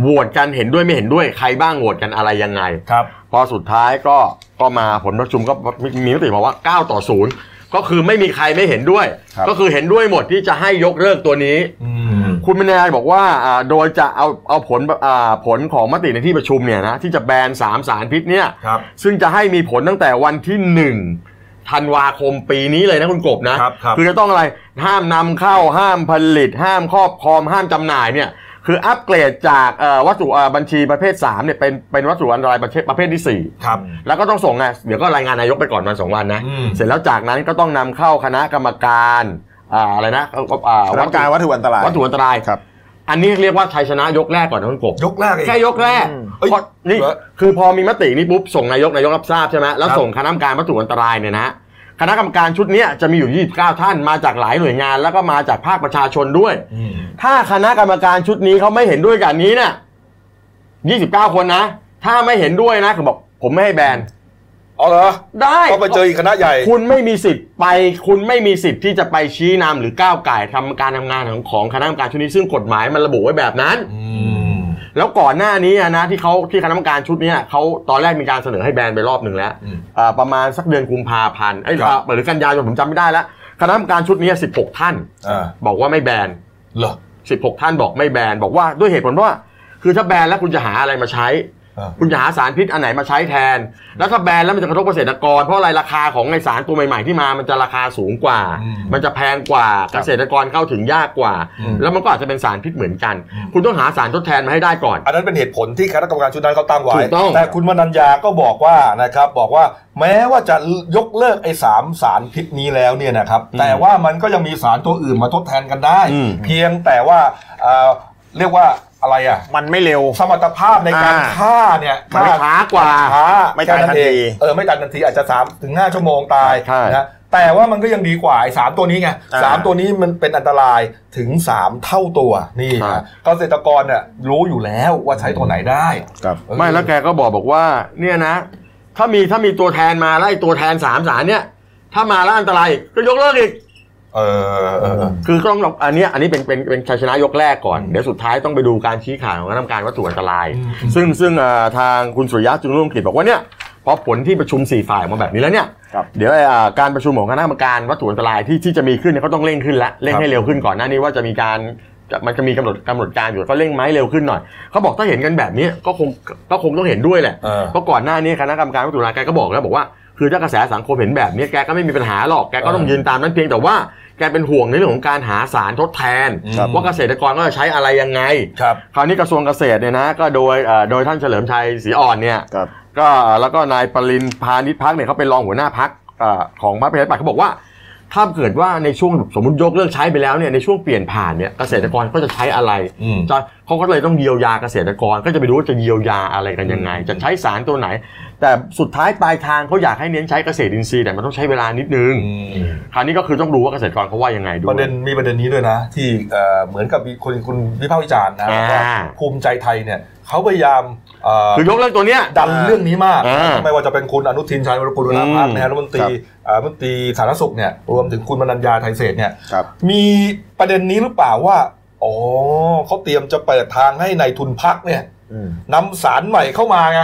โหวตกันเห็นด้วยไม่เห็นด้วยใครบ้างโหวตกันอะไรยังไง ครับ พอสุดท้ายก็ก็มาผลประชุมก็มีมีมติบอกว่า 9 ต่อ 0 ก็คือไม่มีใครไม่เห็นด้วย ครับ ก็คือเห็นด้วยหมดที่จะให้ยกเลิกตัวนี้ อืม คุณมนายบอกว่าอ่าโดยจะเอาเอาผลอ่าผลของมติในที่ประชุมเนี่ยนะที่จะแบนสามสารพิษเนี่ย ครับ ซึ่งจะให้มีผลตั้งแต่วันที่หนึ่งธันวาคมปีนี้เลยนะคุณกบนะครับ ครับ อจะต้องอะไรห้ามนำเข้าห้ามผลิต ห้ามครอบครองห้ามจำหน่ายเนี่ยคืออัปเกรดจากเอ่อวัตถุอ่าบัญชีประเภท3เนี่ยเป็นเป็นวัตถุอันตรายประเภทประเภทที่สี่ ครับ แล้วก็ต้องส่งไงเดี๋ยวก็รายงานนายกไปก่อนวันสองวันนะ อืม เสร็จแล้วจากนั้นก็ต้องนำเข้าคณะกรรมการอ่าอะไรนะอ่า คณะกรรมการวัตถุอันตราย วัตถุอันตราย ครับ อันนี้เรียกว่าชัยชนะยกแรกก่อนนะคุณกบ ยกแรกเอง แค่ยกแรก อืม เอ้ย เพราะนี่ เหรอ คือพอมีมตินี้ปุ๊บส่งนายกนายกรับทราบใช่ไหมแล้ว ครับ ส่งคณะกรรมการวัตถุอันตรายเนี่ยนะคณะกรรมการชุดเนี้ยจะมีอยู่ 29 ท่านมาจากหลายหน่วยงาน แล้วก็มาจากภาคประชาชนด้วย อืม ถ้าคณะกรรมการชุดนี้เขาไม่เห็นด้วยกับอันนี้เนี่ย29 คนนะ ถ้าไม่เห็นด้วยนะเขาบอกผมไม่ให้แบน เอาเหรอ ได้ ต้องไปเจออีกคณะใหญ่ คุณไม่มีสิทธิ์ไป คุณไม่มีสิทธิ์ที่จะไปชี้นำหรือก้าวไก่ายทำการทำงานของของคณะกรรมการชุดนี้ซึ่งกฎหมายมันระบุไว้แบบนั้น อืม แล้วก่อนหน้านี้อะนะที่เขาที่คณะกรรมการชุดเนี้ยเขาตอนแรกมีการเสนอให้แบนไปรอบหนึ่งแล้ว อืม อ่าประมาณสักเดือนกุมภาพันธ์ไอ้ย ครับ หรือกันยายนผมจำไม่ได้แล้วคณะกรรมการชุดเนี้ย16 ท่าน อ่า บอกว่าไม่แบน เหรอ 16 ท่านบอกไม่แบน บอกว่าด้วยเหตุผลว่า คือถ้าแบนแล้วคุณจะหาอะไรมาใช้ อ่า คุณจะหาสารพิษอันไหนมาใช้แทน แล้วถ้าแบนแล้วมันจะกระทบเกษตรกร เพราะอะไรราคาของไอสารตัวใหม่ ๆ ที่มามันจะราคาสูงกว่า มันจะแพงกว่าเกษตรกรเข้าถึงยากกว่า แล้วมันก็อาจจะเป็นสารพิษเหมือนกัน คุณต้องหาสารทดแทนมาให้ได้ก่อน อันนั้นเป็นเหตุผลที่คณะกรรมการชุดนั้นเขาตั้งไว้ ถูกต้อง แต่คุณมนัญญาก็บอกว่านะครับบอกว่าแม้ว่าจะยกเลิกไอ้สามสารพิษนี้แล้วเนี่ยนะครับแต่ว่ามันก็ยังมีสารตัวอื่นมาทดแทนกันได้ เพียงแต่ว่าเอ่อเรียกว่าอะไรอ่ะ มันไม่เร็ว สมรรถภาพในการ อ่า ฆ่าเนี่ย มันไม่ช้ากว่า ฆ่า ไม่ตายทันที แค่เองเออไม่ตายทันทีอาจจะ3ามถึงห้าชั่วโมงตาย ใช่ นะแต่ว่ามันก็ยังดีกว่าไอ้สามตัวนี้ไงสามตัวนี้มันเป็นอันตรายถึง 3 เท่าตัวนี่นะเกษตรกรเนี่ยรู้อยู่แล้วว่าใช้ตัวไหนได้ ครับ เออ ไม่แล้วแกก็บอกบอกว่า เนี่ยนะ ถ้ามีถ้ามีตัวแทนมาไล่ตัวแทนสามสารเนี่ย ถ้ามาแล้วอันตรายอีกก็ยกเลิกอีก เออเออเออ คือต้องลองอันเนี้ยอันนี้เป็นเป็นเป็นชัยชนะยกแรกก่อน เดี๋ยวสุดท้ายต้องไปดูการชี้ขาดของคณะกรรมการวัตถุอันตราย อืม ซึ่งซึ่งเอ่อทางคุณสุริยะจึงรุ่งกิจบอกว่าเนี่ยพอผลที่ประชุม 4 ฝ่ายออกมาแบบนี้แล้วเนี่ย ครับ เดี๋ยวไอ้อ่าการประชุมของคณะกรรมการวัตถุอันตรายที่ที่จะมีขึ้นเนี่ยเขาต้องเร่งขึ้นละเร่งให้เร็วขึ้นก่อนหน้านี้ว่าจะมีการจะมันจะมีกำหนดกำหนดการอยู่ก็เร่งไหมเร็วขึ้นหน่อยเขาบอกถ้าเห็นกันแบบนี้ก็คงก็คงต้องเห็นด้วยแหละ เออ เพราะก่อนหน้านี้คณะกรรมการวัตถุลายแกก็บอกแล้วบอกว่าคือถ้ากระแสสังคมเห็นแบบนี้แกก็ไม่มีปัญหาหรอกแกก็ต้อง เออ ยืนตามนั้นเพียงแต่ว่าแกเป็นห่วงในเรื่องของการหาสารทดแทน ครับ ว่าเกษตรกรก็จะใช้อะไรยังไง ครับ คราวนี้กระทรวงเกษตรเนี่ยนะก็โดยเอ่อโดยท่านเฉลิมชัยศรีอ่อนเนี่ย ครับ ก็แล้วก็นายปรินพาณิชพักเนี่ยเขาเป็นรองหัวหน้าพักของพรรคประชาธิปัตย์เขาบอกว่า ถ้าเกิดว่าในช่วงสมมติยกเลิกใช้ไปแล้วเนี่ยในช่วงเปลี่ยนผ่านเนี่ยเกษตรกรก็จะใช้อะไร อืม จะเขาก็เลยต้องเยียวยาเกษตรกรก็จะไปดูว่าจะเยียวยาอะไรกันยังไง จะใช้สารตัวไหน แต่สุดท้ายปลายทางเขาอยากให้เน้นใช้เกษตรอินทรีย์แต่มันต้องใช้เวลานิดนึง คราวนี้ก็คือต้องดูว่าเกษตรกรเขาว่ายังไงด้ ป วย ระเด็นมีประเด็นนี้ด้วยนะ ที่เอ่อเหมือนกับมีคนคุณวิพากษ์วิจารณ์นะ อ่า ว่าภูมิใจไทยเนี่ยเขาพยายามเอ่อ คือยกเลิกตัวเนี้ย ดันเรื่องนี้มาก อ่า ไม่ว่าจะเป็นคุณอนุทินชาญวรกุลหัวหน้าพักนะฮะรัฐมนตรี ครับ เอ่อรัฐมนตรีสาธารณสุขเนี่ยรวมถึงคุณมนัญญาไทยเศรษฐ์เนี่ย ครับ มีประเด็นนี้หรือเปล่าว่าอ๋อเขาเตรียมจะเปิดทางให้ในายทุนพักเนี่ย อืม นำสารใหม่เข้ามาไง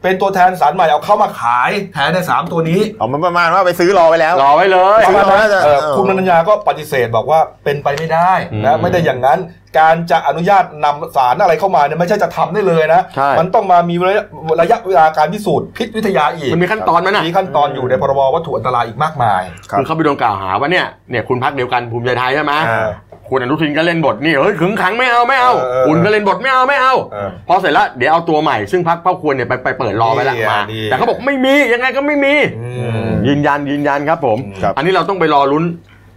ไป เป็นตัวแทนสารใหม่เอาเข้ามาขายแทนในสามตัวนี้ ออกมาประมาณว่าไปซื้อรอไว้แล้ว รอไว้เลย เอ้ย ประมาณนั้น น่าจะ เอ่อ เออ คุณมนัญญาก็ปฏิเสธบอกว่าเป็นไปไม่ได้นะ อืม ไม่ได้อย่างนั้น การจะอนุญาตนำสารอะไรเข้ามาเนี่ยไม่ใช่จะทำได้เลยนะ ใช่ มันต้องมามีระยะระยะเวลาการพิสูจน์พิษวิทยาอีก มันมีขั้นตอนไหมน่ะ มีขั้นตอนอยู่ในพรบวัตถุอันตรายอีกมากมาย ครับ คือเขาไปโดนกล่าวหาว่าเนี่ยเนี่ยคุณพักเดียวกันภูมิใจไทยใช่ไหม อ่า คุณอนุทินก็เล่นบทนี่เฮ้ยขึงขังไม่เอาไม่เอา เออเออ คุณก็เล่นบทไม่เอาไม่เอา เออ พอเสร็จแล้วเดี๋ยวเอาตัวใหม่ซึ่งพักเป้าควรเนี่ยไปไปเปิดรอไว้ละ นี่อ่ะ มา นี่ แต่เขาบอกไม่มียังไงก็ไม่มี อืม ยืนยันยืนยันครับผม ครับ อันนี้เราต้องไปรอลุ้น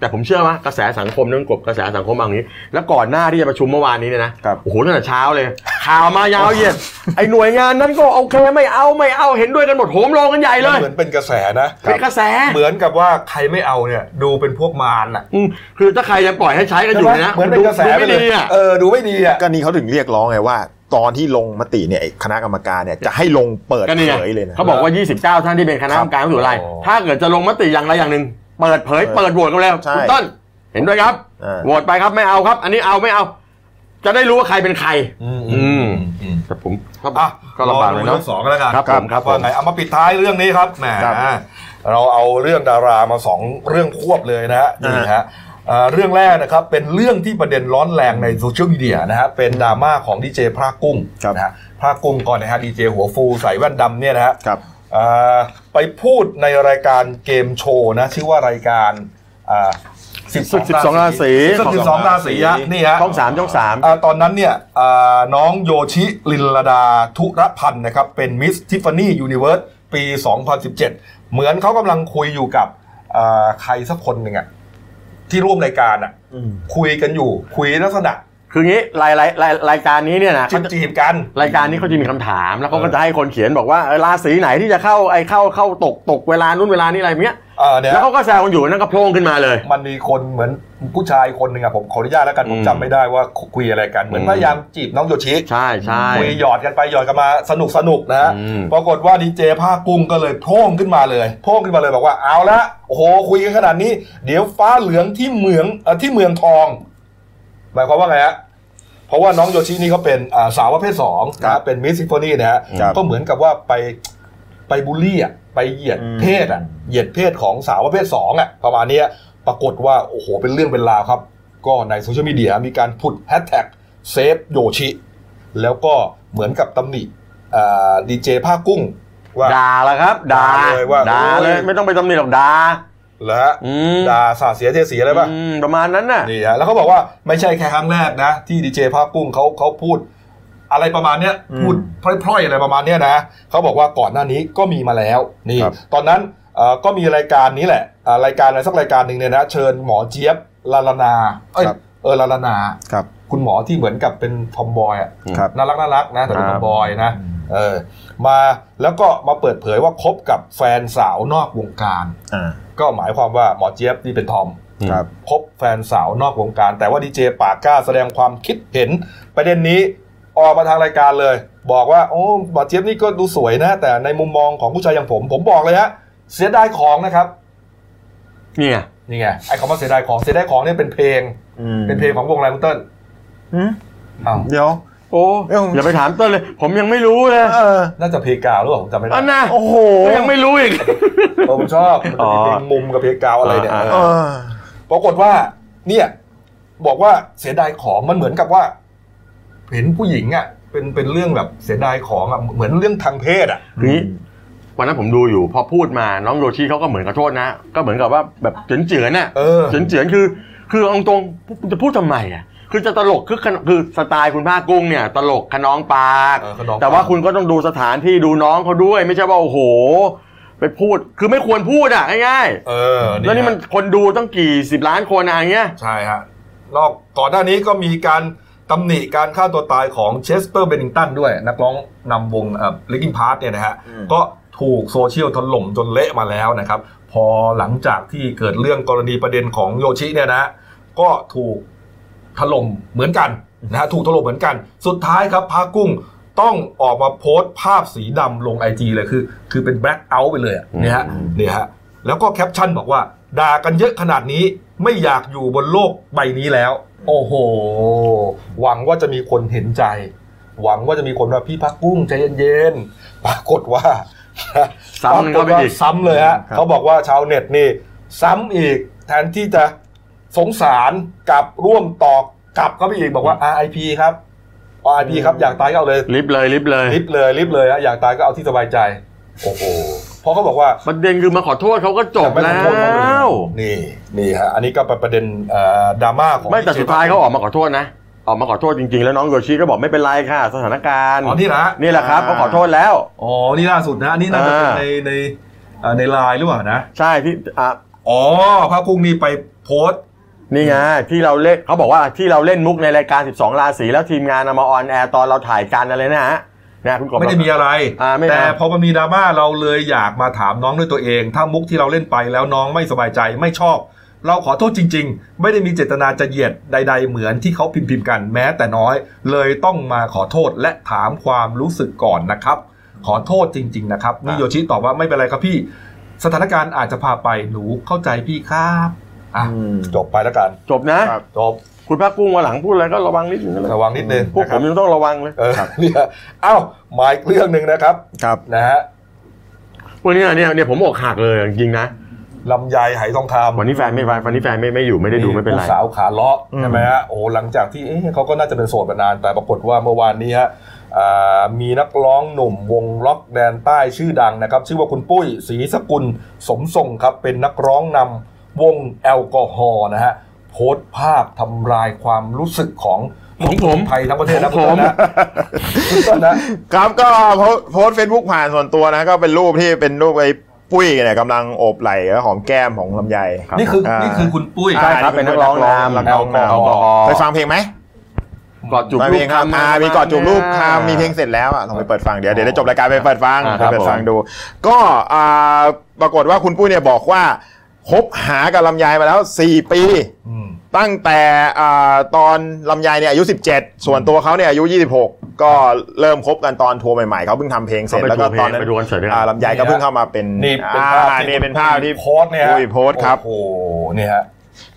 แต่ผมเชื่อว่ากระแสสังคมเรื่องกบกระแสสังคมบาอย่างนี้ แล้วก่อนหน้าที่จะประชุมเมื่อวานนี้เนี่ยนะครับ โอ้โหตั้งแต่เช้าเลย ข่าวมายาวเหยียดไอ้หน่วยงานนั้นก็โอเคไม่เอาไม่เอาเห็นด้วยกันหมดโหมโรงกันใหญ่เล มัน ย เหมือนเป็นกระแสนะ เป็นกระแส เหมือนกับว่าใครไม่เอาเนี่ย ดูเป็นพวกมารน่ะ อืมคือถ้าใครยังปล่อยให้ใช้กันอยู่เนี่ยนะ เหมือนเป็นกระแส ดู ป ไม่ เลย ดีอ่ะ เออดูไม่ดีอ่ะ ก็นี่เขาถึงเรียกร้องไงว่า ตอนที่ลงมติเนี่ยไอ้คณะกรรมการเนี่ยจะให้ลงเปิด ก็นี่ไง เผยเลยนะ เขาบอกว่า 29 ท่านที่เป็นคณะกรรมการผู้ถือราย อ๋อ ถ้าเกิดจะลงมติอย่างไรอย่างหนึ่ง เปิดเผย เปิดโหวตกันแล้ว ใช่ คุณต้น เห็นด้วยครับ เออ โหวตไปครับไม่เอาครับ อันนี้เอาไม่เอา จะได้รู้ว่าใครเป็นใคร อืม อืม แต่ผมก็ อ่ะ ก็ลำบากเลรอยดู เนาะ รื่องสองกันแล้วกัน ครับผมครับผม ว่าไงเอามาปิดท้ายเรื่องนี้ครับแหม ครับ เราเอาเรื่องดารามาสองเรื่องควบเลยนะฮะ อ่า นี่ฮะเอ่อเรื่องแรกนะครับเป็นเรื่องที่ประเด็นร้อนแรงในโซเชียลมีเดียนะฮะเป็นดราม่าของดีเจพระกุ้งนะฮะพระกุ้งก่อนนะฮะดีเจหัวฟูใส่แว่นดำเนี่ยนะฮะ ครับ อ่าไปพูดในรายการเกมโชว์นะ ชื่อว่ารายการสิบสอง 12ราศี สิบสองราศีอะนี่ฮะ ช่องสามช่องสาม อ่าตอนนั้นเนี่ยอ่าน้องโยชิลินลดาธุรพันธ์นะครับ เป็นมิสทิฟฟานี่ยูนิเวิร์สปี 2017 เหมือนเขากำลังคุยอยู่กับอ่าใครสักคนหนึ่งอะที่ร่วมรายการอะคุยกันอยู่คุยลักษณะ คืองี้รายรายรายรายการนี้เนี่ยนะ จี เขา บ จะ จีบกัน รายการนี้เขาจะมีคำถาม แล้วเขา เออ ก็จะให้คนเขียนบอกว่าเออราศีไหนที่จะเข้าไอ้เข้าเข้าตกตกเวลานู้นเวลานี้อะไรเงี้ย เอ่อเนี่ย แล้วเขาก็แซวกันอยู่นั่นก็โพลงขึ้นมาเลย มันมีคนเหมือนผู้ชายคนหนึ่งอะผมขออนุญาตแล้วกันผม อืม จำไม่ได้ว่าคุยอะไรกัน เหมือน อืม พยายามจีบน้องโยชิ ใช่ใช่ คุยหยอดกันไปหยอดกันมาสนุกสนุกนะฮะ อืม ปรากฏว่าดีเจผ้ากุ้งก็เลยโพร่งขึ้นมาเลยโพร่งขึ้นมาเลยบอกว่าเอาละโอ้โหคุยกันขนาดนี้ เดี๋ยวฟ้าเหลืองที่เมืองเอ่อที่เมืองทอง หมายความว่าไงฮะเพราะว่าน้องโยชินี่เขาเป็นอ่าสาวประเภทสองนะฮะเป็นมิสซิฟนี่นะฮะ ครับ ก็เหมือนกับว่าไปไปบูลลี่อะไปเหยียดเพศอะเหยียดเพศของสาวประเภทสองอะประมาณเนี้ยปรากฏว่าโอ้โหเป็นเรื่องเป็นราวครับ ก็ในโซเชียลมีเดียมีการพุดแฮชแท็กเซฟโยชิ แล้วก็เหมือนกับตำหนิดีเจผ้ากุ้งว่า ด่าละครับด่า ด่าเลยว่า ด่าเลย โอ้ย ไม่ต้องไปตำหนิหรอกด่า แล้วฮะ อืม ด่าสาดเสียเทเสียอะไรป่ะ อืมประมาณนั้นน่ะ นี่ฮะแล้วเขาบอกว่าไม่ใช่แค่ครั้งแรกนะ ที่ดีเจภาพกุ้งเขาเขาพูด อะไรประมาณเนี้ย อืม พูดพร่อยๆอะไรประมาณเนี้ยนะเขาบอกว่าก่อนหน้านี้ก็มีมาแล้วนี่ ครับ ตอนนั้นเอ่อก็มีรายการนี้แหละอ่ารายการอะไรสักรายการหนึ่งเนี่ยนะเชิญหมอเจี๊ยบลาลานาเอ้ย ครับ เออลาลานา ครับ คุณหมอที่เหมือนกับเป็นทอมบอยอ่ะ ครับ น่ารักน่ารักนะแต่เป็น ค ท รั อบ มบอยนะเออมาแล้วก็มาเปิดเผยว่าคบกับแฟนสาวนอกวงการ อ่า ก็หมายความว่าหมอเจี๊ยบนี่เป็นทอม ครับ พบแฟนสาวนอกวงการ แต่ว่าดีเจปากกล้าแสดงความคิดเห็น ประเด็นนี้ออกมาทางรายการเลย บอกว่าโอ้บอเจี๊ยบนี่ก็ดูสวยนะ แต่ในมุมมองของผู้ชายอย่างผม ผมบอกเลยฮะเสียดายของนะครับ เนี่ย นี่ไงไอ้คำว่าเสียดายของเสียดายของเนี่ยเป็นเพลง อืม เป็นเพลงของวงอะไรคุณเติ้ล อืม อ้าว เดี๋ยว โอ้ เอ้า อย่าไปถามต้นเลย ผมยังไม่รู้ [laughs] เลย เออ น่าจะเพลงกาวหรือเปล่าผมจำไม่ได้ อันน่ะ โอ้โห ยังไม่รู้อีก [laughs] เออผมชอบมันจะมีเพลงมุมกับเพลงกาวอะไรเนี่ย อ่า เอ เอ อ อ ปรากฏว่า เนี่ย บอกว่าเสียดายของมันเหมือนกับว่า เห็นผู้หญิงอ่ะ เป็นเป็นเรื่องแบบเสียดายของอ่ะเหมือนเรื่องทางเพศอ่ะ ทีนี้วันนั้นผมดูอยู่พอพูดมาน้องโรชีเขาก็เหมือนขอโทษนะ ก็เหมือนกับว่าแบบเฉือนเฉือนๆน่ะ เออ เฉือนเฉือนๆคือ คือเอาตรงๆจะพูดทำไมอ่ะคือจะตลกคือขนคือสไตล์คุณภาคกุ้งเนี่ย ตลกขนองปาก เออขนองปาก แต่ว่าคุณก็ต้องดูสถานที่ดูน้องเขาด้วย ไม่ใช่ว่าโอ้โห ไปพูดคือไม่ควรพูดอ่ะง่าย เออ ๆแล้วนี่มัน ฮะ คนดูตั้งกี่สิบล้านคนอะไรเงี้ย ใช่ฮะนอกก่อนหน้านี้ก็มีการตำหนิการฆ่าตัวตายของเชสเตอร์เบนนิงตันด้วย นักร้องนำวงเอ่อลิกกิ้งพาร์ทเนี่ยนะฮะ อืม ก็ถูกโซเชียลถล่มจนเละมาแล้วนะครับ พอหลังจากที่เกิดเรื่องกรณีประเด็นของโยชิเนี่ยนะฮะก็ถูกถล่มเหมือนกันนะฮะถูกถล่มเหมือนกัน สุดท้ายครับพากุ้งต้องออกมาโพสต์ภาพสีดำลงไอจีเลยคือ คือเป็นแบล็คเอาท์ไปเลยอะเนี่ยฮะ เนี่ยฮะแล้วก็แคปชั่นบอกว่าด่ากันเยอะขนาดนี้ไม่อยากอยู่บนโลกใบนี้แล้ว โอ้โห หวังว่าจะมีคนเห็นใจ หวังว่าจะมีคนมาพี่พักกุ้งใจเย็นๆปรากฏว่า ซ้ำกันเข้าไปอีก ปรฏว่ซ้ำเลยฮะ ครับ เขาบอกว่าชาวเน็ตนี่ ซ้ำอีกแทนที่จะสงสารกลับร่วมตอกกลับเข้าไปอีกบอกว่า RIP ครับ RIP ครับอยากตายก็เอาเลย ลิฟต์เลยลิฟต์เลย ลิฟต์เลยลิฟต์เลยฮะอยากตายก็เอาที่สบายใจ โอ้โหเพราะเขาบอกว่า ประเด็นคือมาขอโทษเขาก็จบ ไม่ต้แล้องโทษเขาเลยนะ ว นี่นี่ฮะอันนี้ก็เป็นประเด็นเอ่อดราม่าของ ไม่แต่สุดท้ายเขาออกมาขอโทษนะ ออกมาขอโทษจริงๆ แล้วน้องโยชิก็บอกไม่เป็นไรค่ะ สถานการณ์ อ๋อนี่นะ นี่แหละครับเขาขอโทษแล้ว อ๋อนี่ล่าสุดนะอันนี่น่าจะเป็น อ่า ในในเอ่อในไลน์หรือเปล่านะ ใช่ที่อ่ะ อ๋อพระกุ้งนี่ไปโพสต์ นี่ไงที่เราเล่นเขาบอกว่าที่เราเล่นมุกในรายการ 12 ราศีแล้วทีมงานเอามาออนแอร์ตอนเราถ่ายกันอะไรนะฮะนะคุณกบ ไม่ได้มีอะไร อ่าไม่ แต่ เอา พอมันมีดราม่าเราเลยอยากมาถามน้องด้วยตัวเอง ถ้ามุกที่เราเล่นไปแล้วน้องไม่สบายใจไม่ชอบ เราขอโทษจริง ๆ ไม่ได้มีเจตนาจะเหยียดใด ๆ เหมือนที่เขาพิมพ์ๆกันแม้แต่น้อย เลยต้องมาขอโทษและถามความรู้สึกก่อนนะครับ ขอโทษจริง ๆ นะครับนิโยชิตอบว่าไม่เป็นไรครับพี่ สถานการณ์อาจจะพาไปหนูเข้าใจพี่ครับอ่ะ อืม จบไปแล้วกัน จบนะ ครับ จบ คุณพระกุ้งวันหลังพูดอะไรก็ระวังนิดนึงก็แล้ว ระวังนิดนึง พวกผมยังต้องระวังเลย เออ [laughs] เนี่ยเอ้ามาอีกเรื่องหนึ่งนะครับ ครับ นะฮะ พวกเนี้ยเนี่ยเนี่ยผมอกหักเลยจริงๆนะ ลำไยไหทองคำ วันนี้แฟนไม่ไปวันนี้แฟนไม่ไม่อยู่ไม่ได้ดูไม่เป็นไร ผู้สาวขาเลาะ อืม ใช่ไหมฮะโอ้หลังจากที่เอ๊ะเขาก็น่าจะเป็นโสดมานาน แต่ปรากฏว่าเมื่อวานนี้ฮะอ่ามีนักร้องหนุ่มวงล็อกแดนใต้ชื่อดังนะครับ ชื่อว่าคุณปุ้ยศรีสกุลสมทรงครับ เป็นนักร้องนำวงแอลกอฮอล์นะฮะโพสต์ภาพทำลายความรู้สึกของ ของผม ไทยทั้งประเทศนะ ของผม คุณต้นนะคุณต้นนะครับ ก็โพสต์เฟซบุ๊กผ่านส่วนตัวนะก็เป็นรูปที่เป็นรูปไอ้ปุ้ยเนี่ยกำลังโอบไหล่และหอมแก้มของลำไยครับ นี่คือ อ่า นี่คือคุณปุ้ย ใช่ครับเป็นนักร้องนำ นักร้องนำ แอลกอฮอล์ เคยฟังเพลงไหม กอดจูบ ฟัง รู เพ ป ลงครับ ทำ อ่ามีกอดจูบรูปคำมีเพลงเสร็จแล้วอ่ะลองไปเปิดฟังเดี๋ยวเดี๋ยวได้จบรายการไปเปิดฟัง อ่าค ไป รับ เปิดฟัง ผม ดู ก็อ่าปรากฏว่าคุณปุ้ยเนี่ยบอกว่าคบหากับลำไยมาแล้ว 4 ปี ตั้งแต่อ่าตอนลำไยเนี่ยอายุ 17 ส่วนตัวเขาเนี่ยอายุ 26 ก็เริ่มคบกันตอนทัวร์ใหม่ๆเขาเพิ่งทำเพลงเส เขา ร็ไปจแล้ว ดู ก็ เพล ตอง นนั้น ไปดูคอนเสิร์ตด้วยกั อ่าน ลำไยก็เพิ่งเข้ามาเป็น นี่เป็นภาพ อ่านี่เป็นภาพที่ โพสต์เนี่ยฮะ อุ้ยโพสต์ครับ โอ้โหนี่ฮะ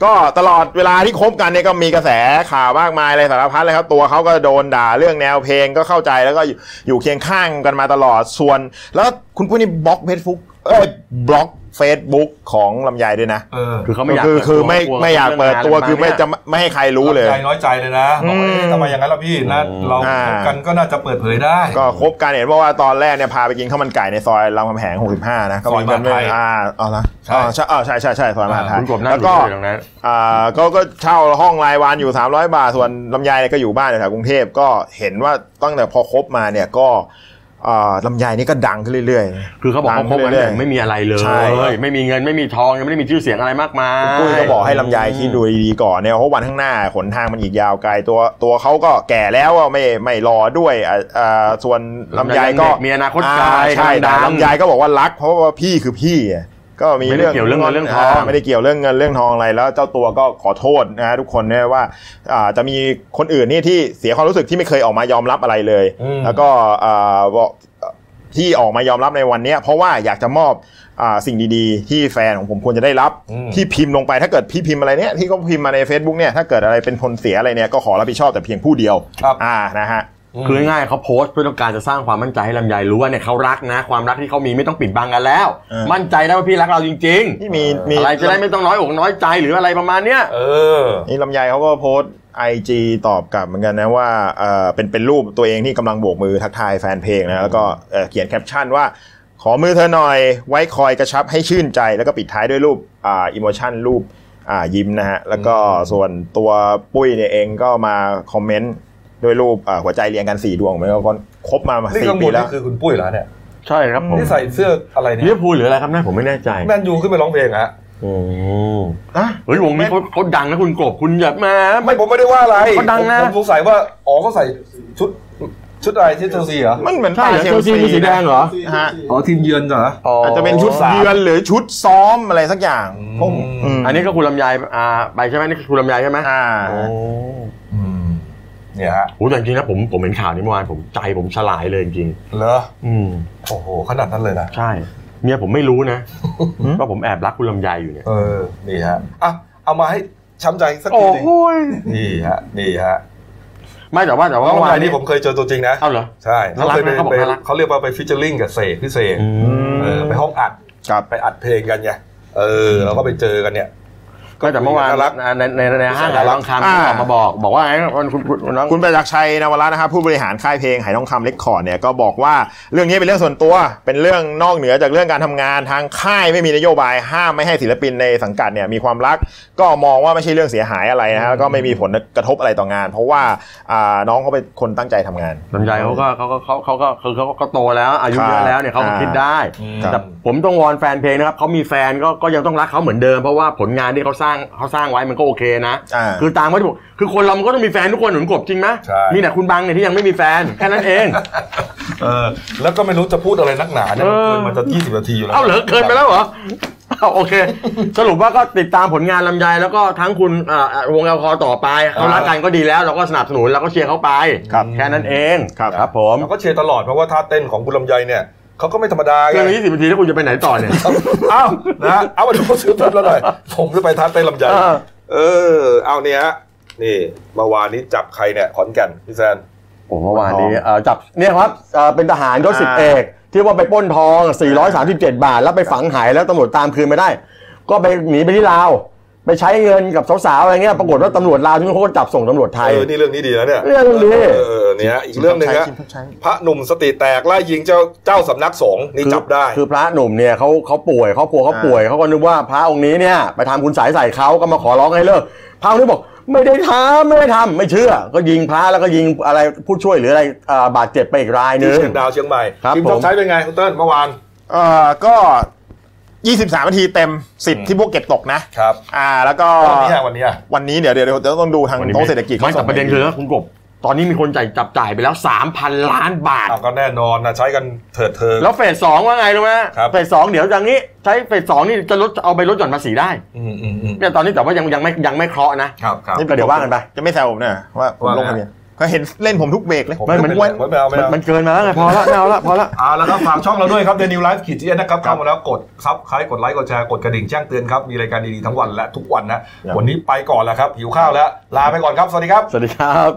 ก็ตลอดเวลาที่คบกันเนี่ยก็มีกระแสข่าวมากมายอะไรสารพัดเลยครับตัวเขาก็โดนด่าเรื่องแนวเพลงก็เข้าใจแล้วก็อยู่อยู่เคียงข้างกันมาตลอดส่วน แล้วคุณผู้นี่บล็อกเฟซบุ๊กเอ้ยบล็อกเฟซบุ๊กของลำไยด้วยนะ เออ คือเขาไม่อยาก คือ เปิด คือ ตัว ไม่ กลัว ไม่อยากเปิดตัว รื่องงาน คือไม่ ร จะไม่ให้ใครรู้เลย ใจน้อยใจเลยนะบอกว่าเอ๊ะทำไมอย่างนั้นล่ะพี่นะเรา อ่า คบกันก็น่าจะเปิดเผยได้ ก็คบกันเห็นว่าว่าตอนแรกเนี่ยพาไปกินข้าวมันไก่ในซอยรามคำแหง 65 นะก็มีกัน ซอยมหาไทย อ่าเอาละ ใช่ อ๋อใช่อ๋อใช่ใช่ใช่ซอยมหาไทย คุณกบนั่ง แล้ว ดู ก็ อยู่ตรงนั้น อ่าเขาก็เช่าห้องรายวันอยู่ 300 บาท ส่วนลำไยเนี่ยก็อยู่บ้านแถวๆกรุงเทพก็เห็นว่าตั้งแต่พอคบมาเนี่ยก็อ่าลำไยนี่ก็ดังขึ้นเรื่อย คือเขาบอกเขาคบกัน เรื่ แต่ อยๆ ไม่มีอะไรเล ใช่ ย ไม่มีเงินไม่มีทองยังไม่ได้มีชื่อเสียงอะไรมากมาย ๆปุ้ยก็บอกให้ลำไยคิดดูดีๆก่อนเนี่ยเพราะวันข้างหน้าหนทางมันอีกยาวไกลตัวตัวเขาก็แก่แล้วอะไม่ไม่รอด้วยอ่าอ่าส่วนลำไยก็ เด็มีอนาคตไกล อ่าใช่แต่ ดัง ลำไยก็บอกว่ารัก เพราะว่าพี่คือพี่อะก็มี ไม่ได้เกี่ยวเรื่องเงินเรื่องทอง าไม่ได้เกี่ยวเรื่องเงินเรื่องทองอะไรแล้วเจ้าตัวก็ขอโทษนะฮะทุกคนเนี่ยว่าอ่าจะมีคนอื่นนี่ที่เสียความรู้สึกที่ไม่เคยออกมายอมรับอะไรเลย อืม แล้วก็อ่าบอกที่ออกมายอมรับในวันเนี้ยเพราะว่าอยากจะมอบอ่าสิ่งดีๆ ที่แฟนของผมควรจะได้รับ อืม ที่พิมพ์ลงไปถ้าเกิดพี่พิมพ์อะไรเนี่ยที่เขาพิมพ์มาใน Facebook เนี่ยถ้าเกิดอะไรเป็นผลเสียอะไรเนี่ยก็ขอรับผิดชอบแต่เพียงผู้เดียว ครับ อ่านะฮะ คือง่ายๆเขาโพสต์เพื่อต้องการจะสร้างความมั่นใจให้ลำไยรู้ว่าเนี่ยเขารักนะ ความรักที่เขามีไม่ต้องปิดบังกันแล้ว เออ มั่นใจได้ว่าพี่รักเราจริง ที่มี ๆ มี อะไรจะได้ไม่ต้องน้อยอกน้อยใจหรืออะไรประมาณเนี้ย เออ นี่ลำไยเขาก็โพสต์ไอจตอบกลับเหมือนกันนะว่าเออเป็นเป็นรูปตัวเองที่กำลังโบกมือทักทายแฟนเพลงนะแล้วก็เอ่อเขียนแคปชั่นว่าขอมือเธอหน่อยไว้คอยกระชับให้ชื่นใจ แล้วก็ปิดท้ายด้วยรูปอ่าอิโมชันรูปอ่ายิ้มนะฮะ แล้วก็ส่วนตัวปุ้ยเนี่ยเองก็มาคอมเมนต์ด้วยรูปอ่าหัวใจเรียงกันสี่ดวงเหมือนกันครบมา นี่ สี่ ข้างบ ปี น แล้ว นี่คือคุณปุ้ยเหรอเนี่ย ใช่ครับผม นี่ใส่เสื้ออะไรเนี่ เลี้ย ยว ภูลหรืออะไรครับน่าผมไม่แน่ใจ แมนยูขึ้นไปร้องเพลงอะ โอ้เฮ้ยวงนี้เขาเขาดังนะคุณกบคุณอย่ามา ไม่ผมไม่ได้ว่าอะไร เขาดังนะ ผมผมสงสัยว่าอ๋อเขาใส่ชุดชุดอะไรที่เชลซีเหรอ มันเหมือน ใช่เหรอ ป้าย เชลซีมีสีแดงเหรอ ฮะ อ๋อทีมเยือนเหรอ อาจจะเป็นชุด สาม เยือนหรือชุดซ้อมอะไรสักอย่างผมม อันนี้ก็คุณลำไยอ่าไปใช่ไหมนี่คือคุณลำไยใช่ไหม อ่า โอ้ อืมเนี่ยฮะ โหแต่จริงๆนะผมผมเห็นข่าวนี้เมื่อวานผมใจผมสลายเลยจริง เหรอ ๆอืม โอ้โหขนาดนั้นเลยนะ ใช่ เมียผมไม่รู้นะ อืม ว่าผมแอบรักคุณลำไยอยู่เนี่ย เออนี่ฮะอ่ะเอามาให้ช้ำใจสักทีหนึง ย นี่ฮะนี่ฮะ ไม่แต่ว่าแต่ว่า น้อง เมื่อวาน นายนี่ผมเคยเจอตัวจริงนะ เอ้าเหรอ ใช่เขาเคยไป น่ารักนะเขาบอก ไป น่ารัก เขาเรียกว่าไปฟิชเชอร์ลิงกับเสกพี่เสก อืม เออไปห้องอัด ครับ ไปอัดเพลงกันไงเออเราก็ไปเจอกันเนี่ย ก็แต่เมื่อวาน น่ารัก ในในในในห้างหลายทองคำก็ออกมาบอก บอกว่าไงคุณคุณคุณน้อง คุณประจักษ์ชัยนวรัตน์นะครับผู้บริหารค่ายเพลงไหทองคำเล็กคอร์ดเนี่ยก็บอกว่าเรื่องนี้เป็นเรื่องส่วนตัว เป็นเรื่องนอกเหนือจากเรื่องการทำงานทางค่ายไม่มีนโยบายห้ามไม่ให้ศิลปินในสังกัดเนี่ยมีความรัก ก็มองว่าไม่ใช่เรื่องเสียหายอะไรนะฮะแล้วก็ไม่มีผลกระทบอะไรต่องาน เพราะว่าอ่าน้องเขาเป็นคนตั้งใจทำงาน ลำไยเขาก็เขาก็เขาเขาก็คือเขาก็โตแล้ว อายุ ครับ เยอะแล้วเนี่ยเขาก็ อ่า คิดได้ ครับ แต่ผมต้องวอนแฟนเพลงนะครับเขามีแฟนก็ก็ยังต้องรักเขาเหมือนเดิมเพราะว่าผลงานที่เขาสร้างเขาสร้างไว้มันก็โอเคนะ อ่า คือตามเขาที่บอกคือคนเรามันก็ต้องมีแฟนทุกคนหนุนกบจริงไหม ใช่ นี่แหละคุณบังเนี่ยที่ยังไม่มีแฟนแค่นั้นเอง เออแล้วก็ไม่รู้จะพูดอะไรนักหนาเนี่ยมันเกิน เออ มันจะ20นาทีอยู่แล้ว เอาเหลือเกินไปแล้วเหรอเอาโอเค สรุปว่าก็ติดตามผลงานลำไยแล้วก็ทั้งคุณอ่าอ่าวงแอลคอต่อไปเขารักกันก็ดีแล้วเราก็สนับสนุนเราก็เชียร์เขาไป ครับ แค่นั้นเอง ครับ ครับผม เราก็เชียร์ตลอดเพราะว่าท่าเต้นของคุณลำไยเนี่ยเขาก็ไม่ธรรมดา เกิ ไง นยี่สิบนาทีแล้วคุณจะไปไหนต่อเนี่ย เอ้านะเอามาดูซื้อเต้นแล้วหน่อยผมจะไปท่าเต้นลำไย เออ เออ เอาเนี่ยฮะนี่เมื่อวานนี้จับใครเนี่ยขอนแก่นพี่แซน ผมเมื่อวานนี้เอ่อจับเนี่ยครับเอ่อเป็นทหารยศสิบเอก ที่ว่าไปปล้นทอง 437 บาท แล้วไปฝังหายแล้วตำรวจตามคืนไม่ได้ ก็ไปหนีไปที่ลาว ไปใช้เงินกับสาวๆอะไรเงี้ยปรากฏว่าตำรวจลาวที่นู่นเขาก็จับส่งตำรวจไทย เออ นี่เรื่องนี้ดีนะเนี่ย เรื่องดี เออเออเนี่ยอีกเรื่องหนึ่งฮะ ชิมทับใช้ พระหนุ่มสติแตกไล่ยิงเจ้าเจ้าสำนักสงฆ์นี่จับได้ คือพระหนุ่มเนี่ยเขาเขาป่วยครอบครัวเขาป่วยเขาก็นึกว่าพระองค์นี้เนี่ยไปทำคุณสายใส่เขาก็มาขอร้องให้เลิกพระองค์นี้บอกไม่ได้ทำไม่ได้ทำไม่เชื่อ ก็ยิงพระแล้วก็ยิงอะไรผู้ช่วยหรืออะไรเอ่อบาดเจ็บไปอีกรายหนึ ที่ ง เชียงดาวเชียงใหม่ ครับ ทีม ผม ชาติไทยเป็นไงคุณเติ้ลเมื่อวาน เอ่อก็ 23นาทีเต็ม 10 ที่พวกเก็บตกนะ ครับ อ่าแล้วก็ วันนี้อะวันนี้อะ วันนี้เดี๋ยวเดี๋ยวเดี๋ยวต้องดูทางโต๊ะเศรษฐกิจ ไม่แต่ ขาส่ง ประเด็นคือว่าคุณกบ ตอนนี้มีคนจ่ายจับจ่ายไปแล้ว 3,000 ล้านบาท เอาก็แน่นอนนะใช้กันเถิดเทิง แล้วเฟสสองว่าไงรู้ไหม ครับ เฟสสองเดี๋ยวจากนี้ ใช้เฟสสองนี่จะลดเอาไปลดหย่อนภาษีได้ อืมอืมอืม เนี่ยตอนนี้แต่ว่ายังยังไม่ยังไม่เคราะห์นะ ครับครับ ก็เดี๋ยวว่ากันไป จะไม่แซวผมนะว่าผม ว่าไง ลงทะเบียนก็เห็นเล่นผมทุกเบรกเลย ผม ไม่ ไม่ มัน เป็นไรไม่เอาไม่ มัน เอา มันเกินมาแล้วไงพอละไม่เอาละพอละ เอาแล้วครับฝากช่องเราด้วยครับเดนิวไลฟ์ขีดจีนะครับเข้ามาแล้วกดซับคล้ายกดไลค์กดแชร์กดกระดิ่งแจ้งเตือนครับมีรายการดีๆทั้งวันและทุกวันนะวันนี้ไปก่อนแล้วครับหิวข้าวแล้วลาไปก่อนครับสวัสดีครับ สวัสดีครับ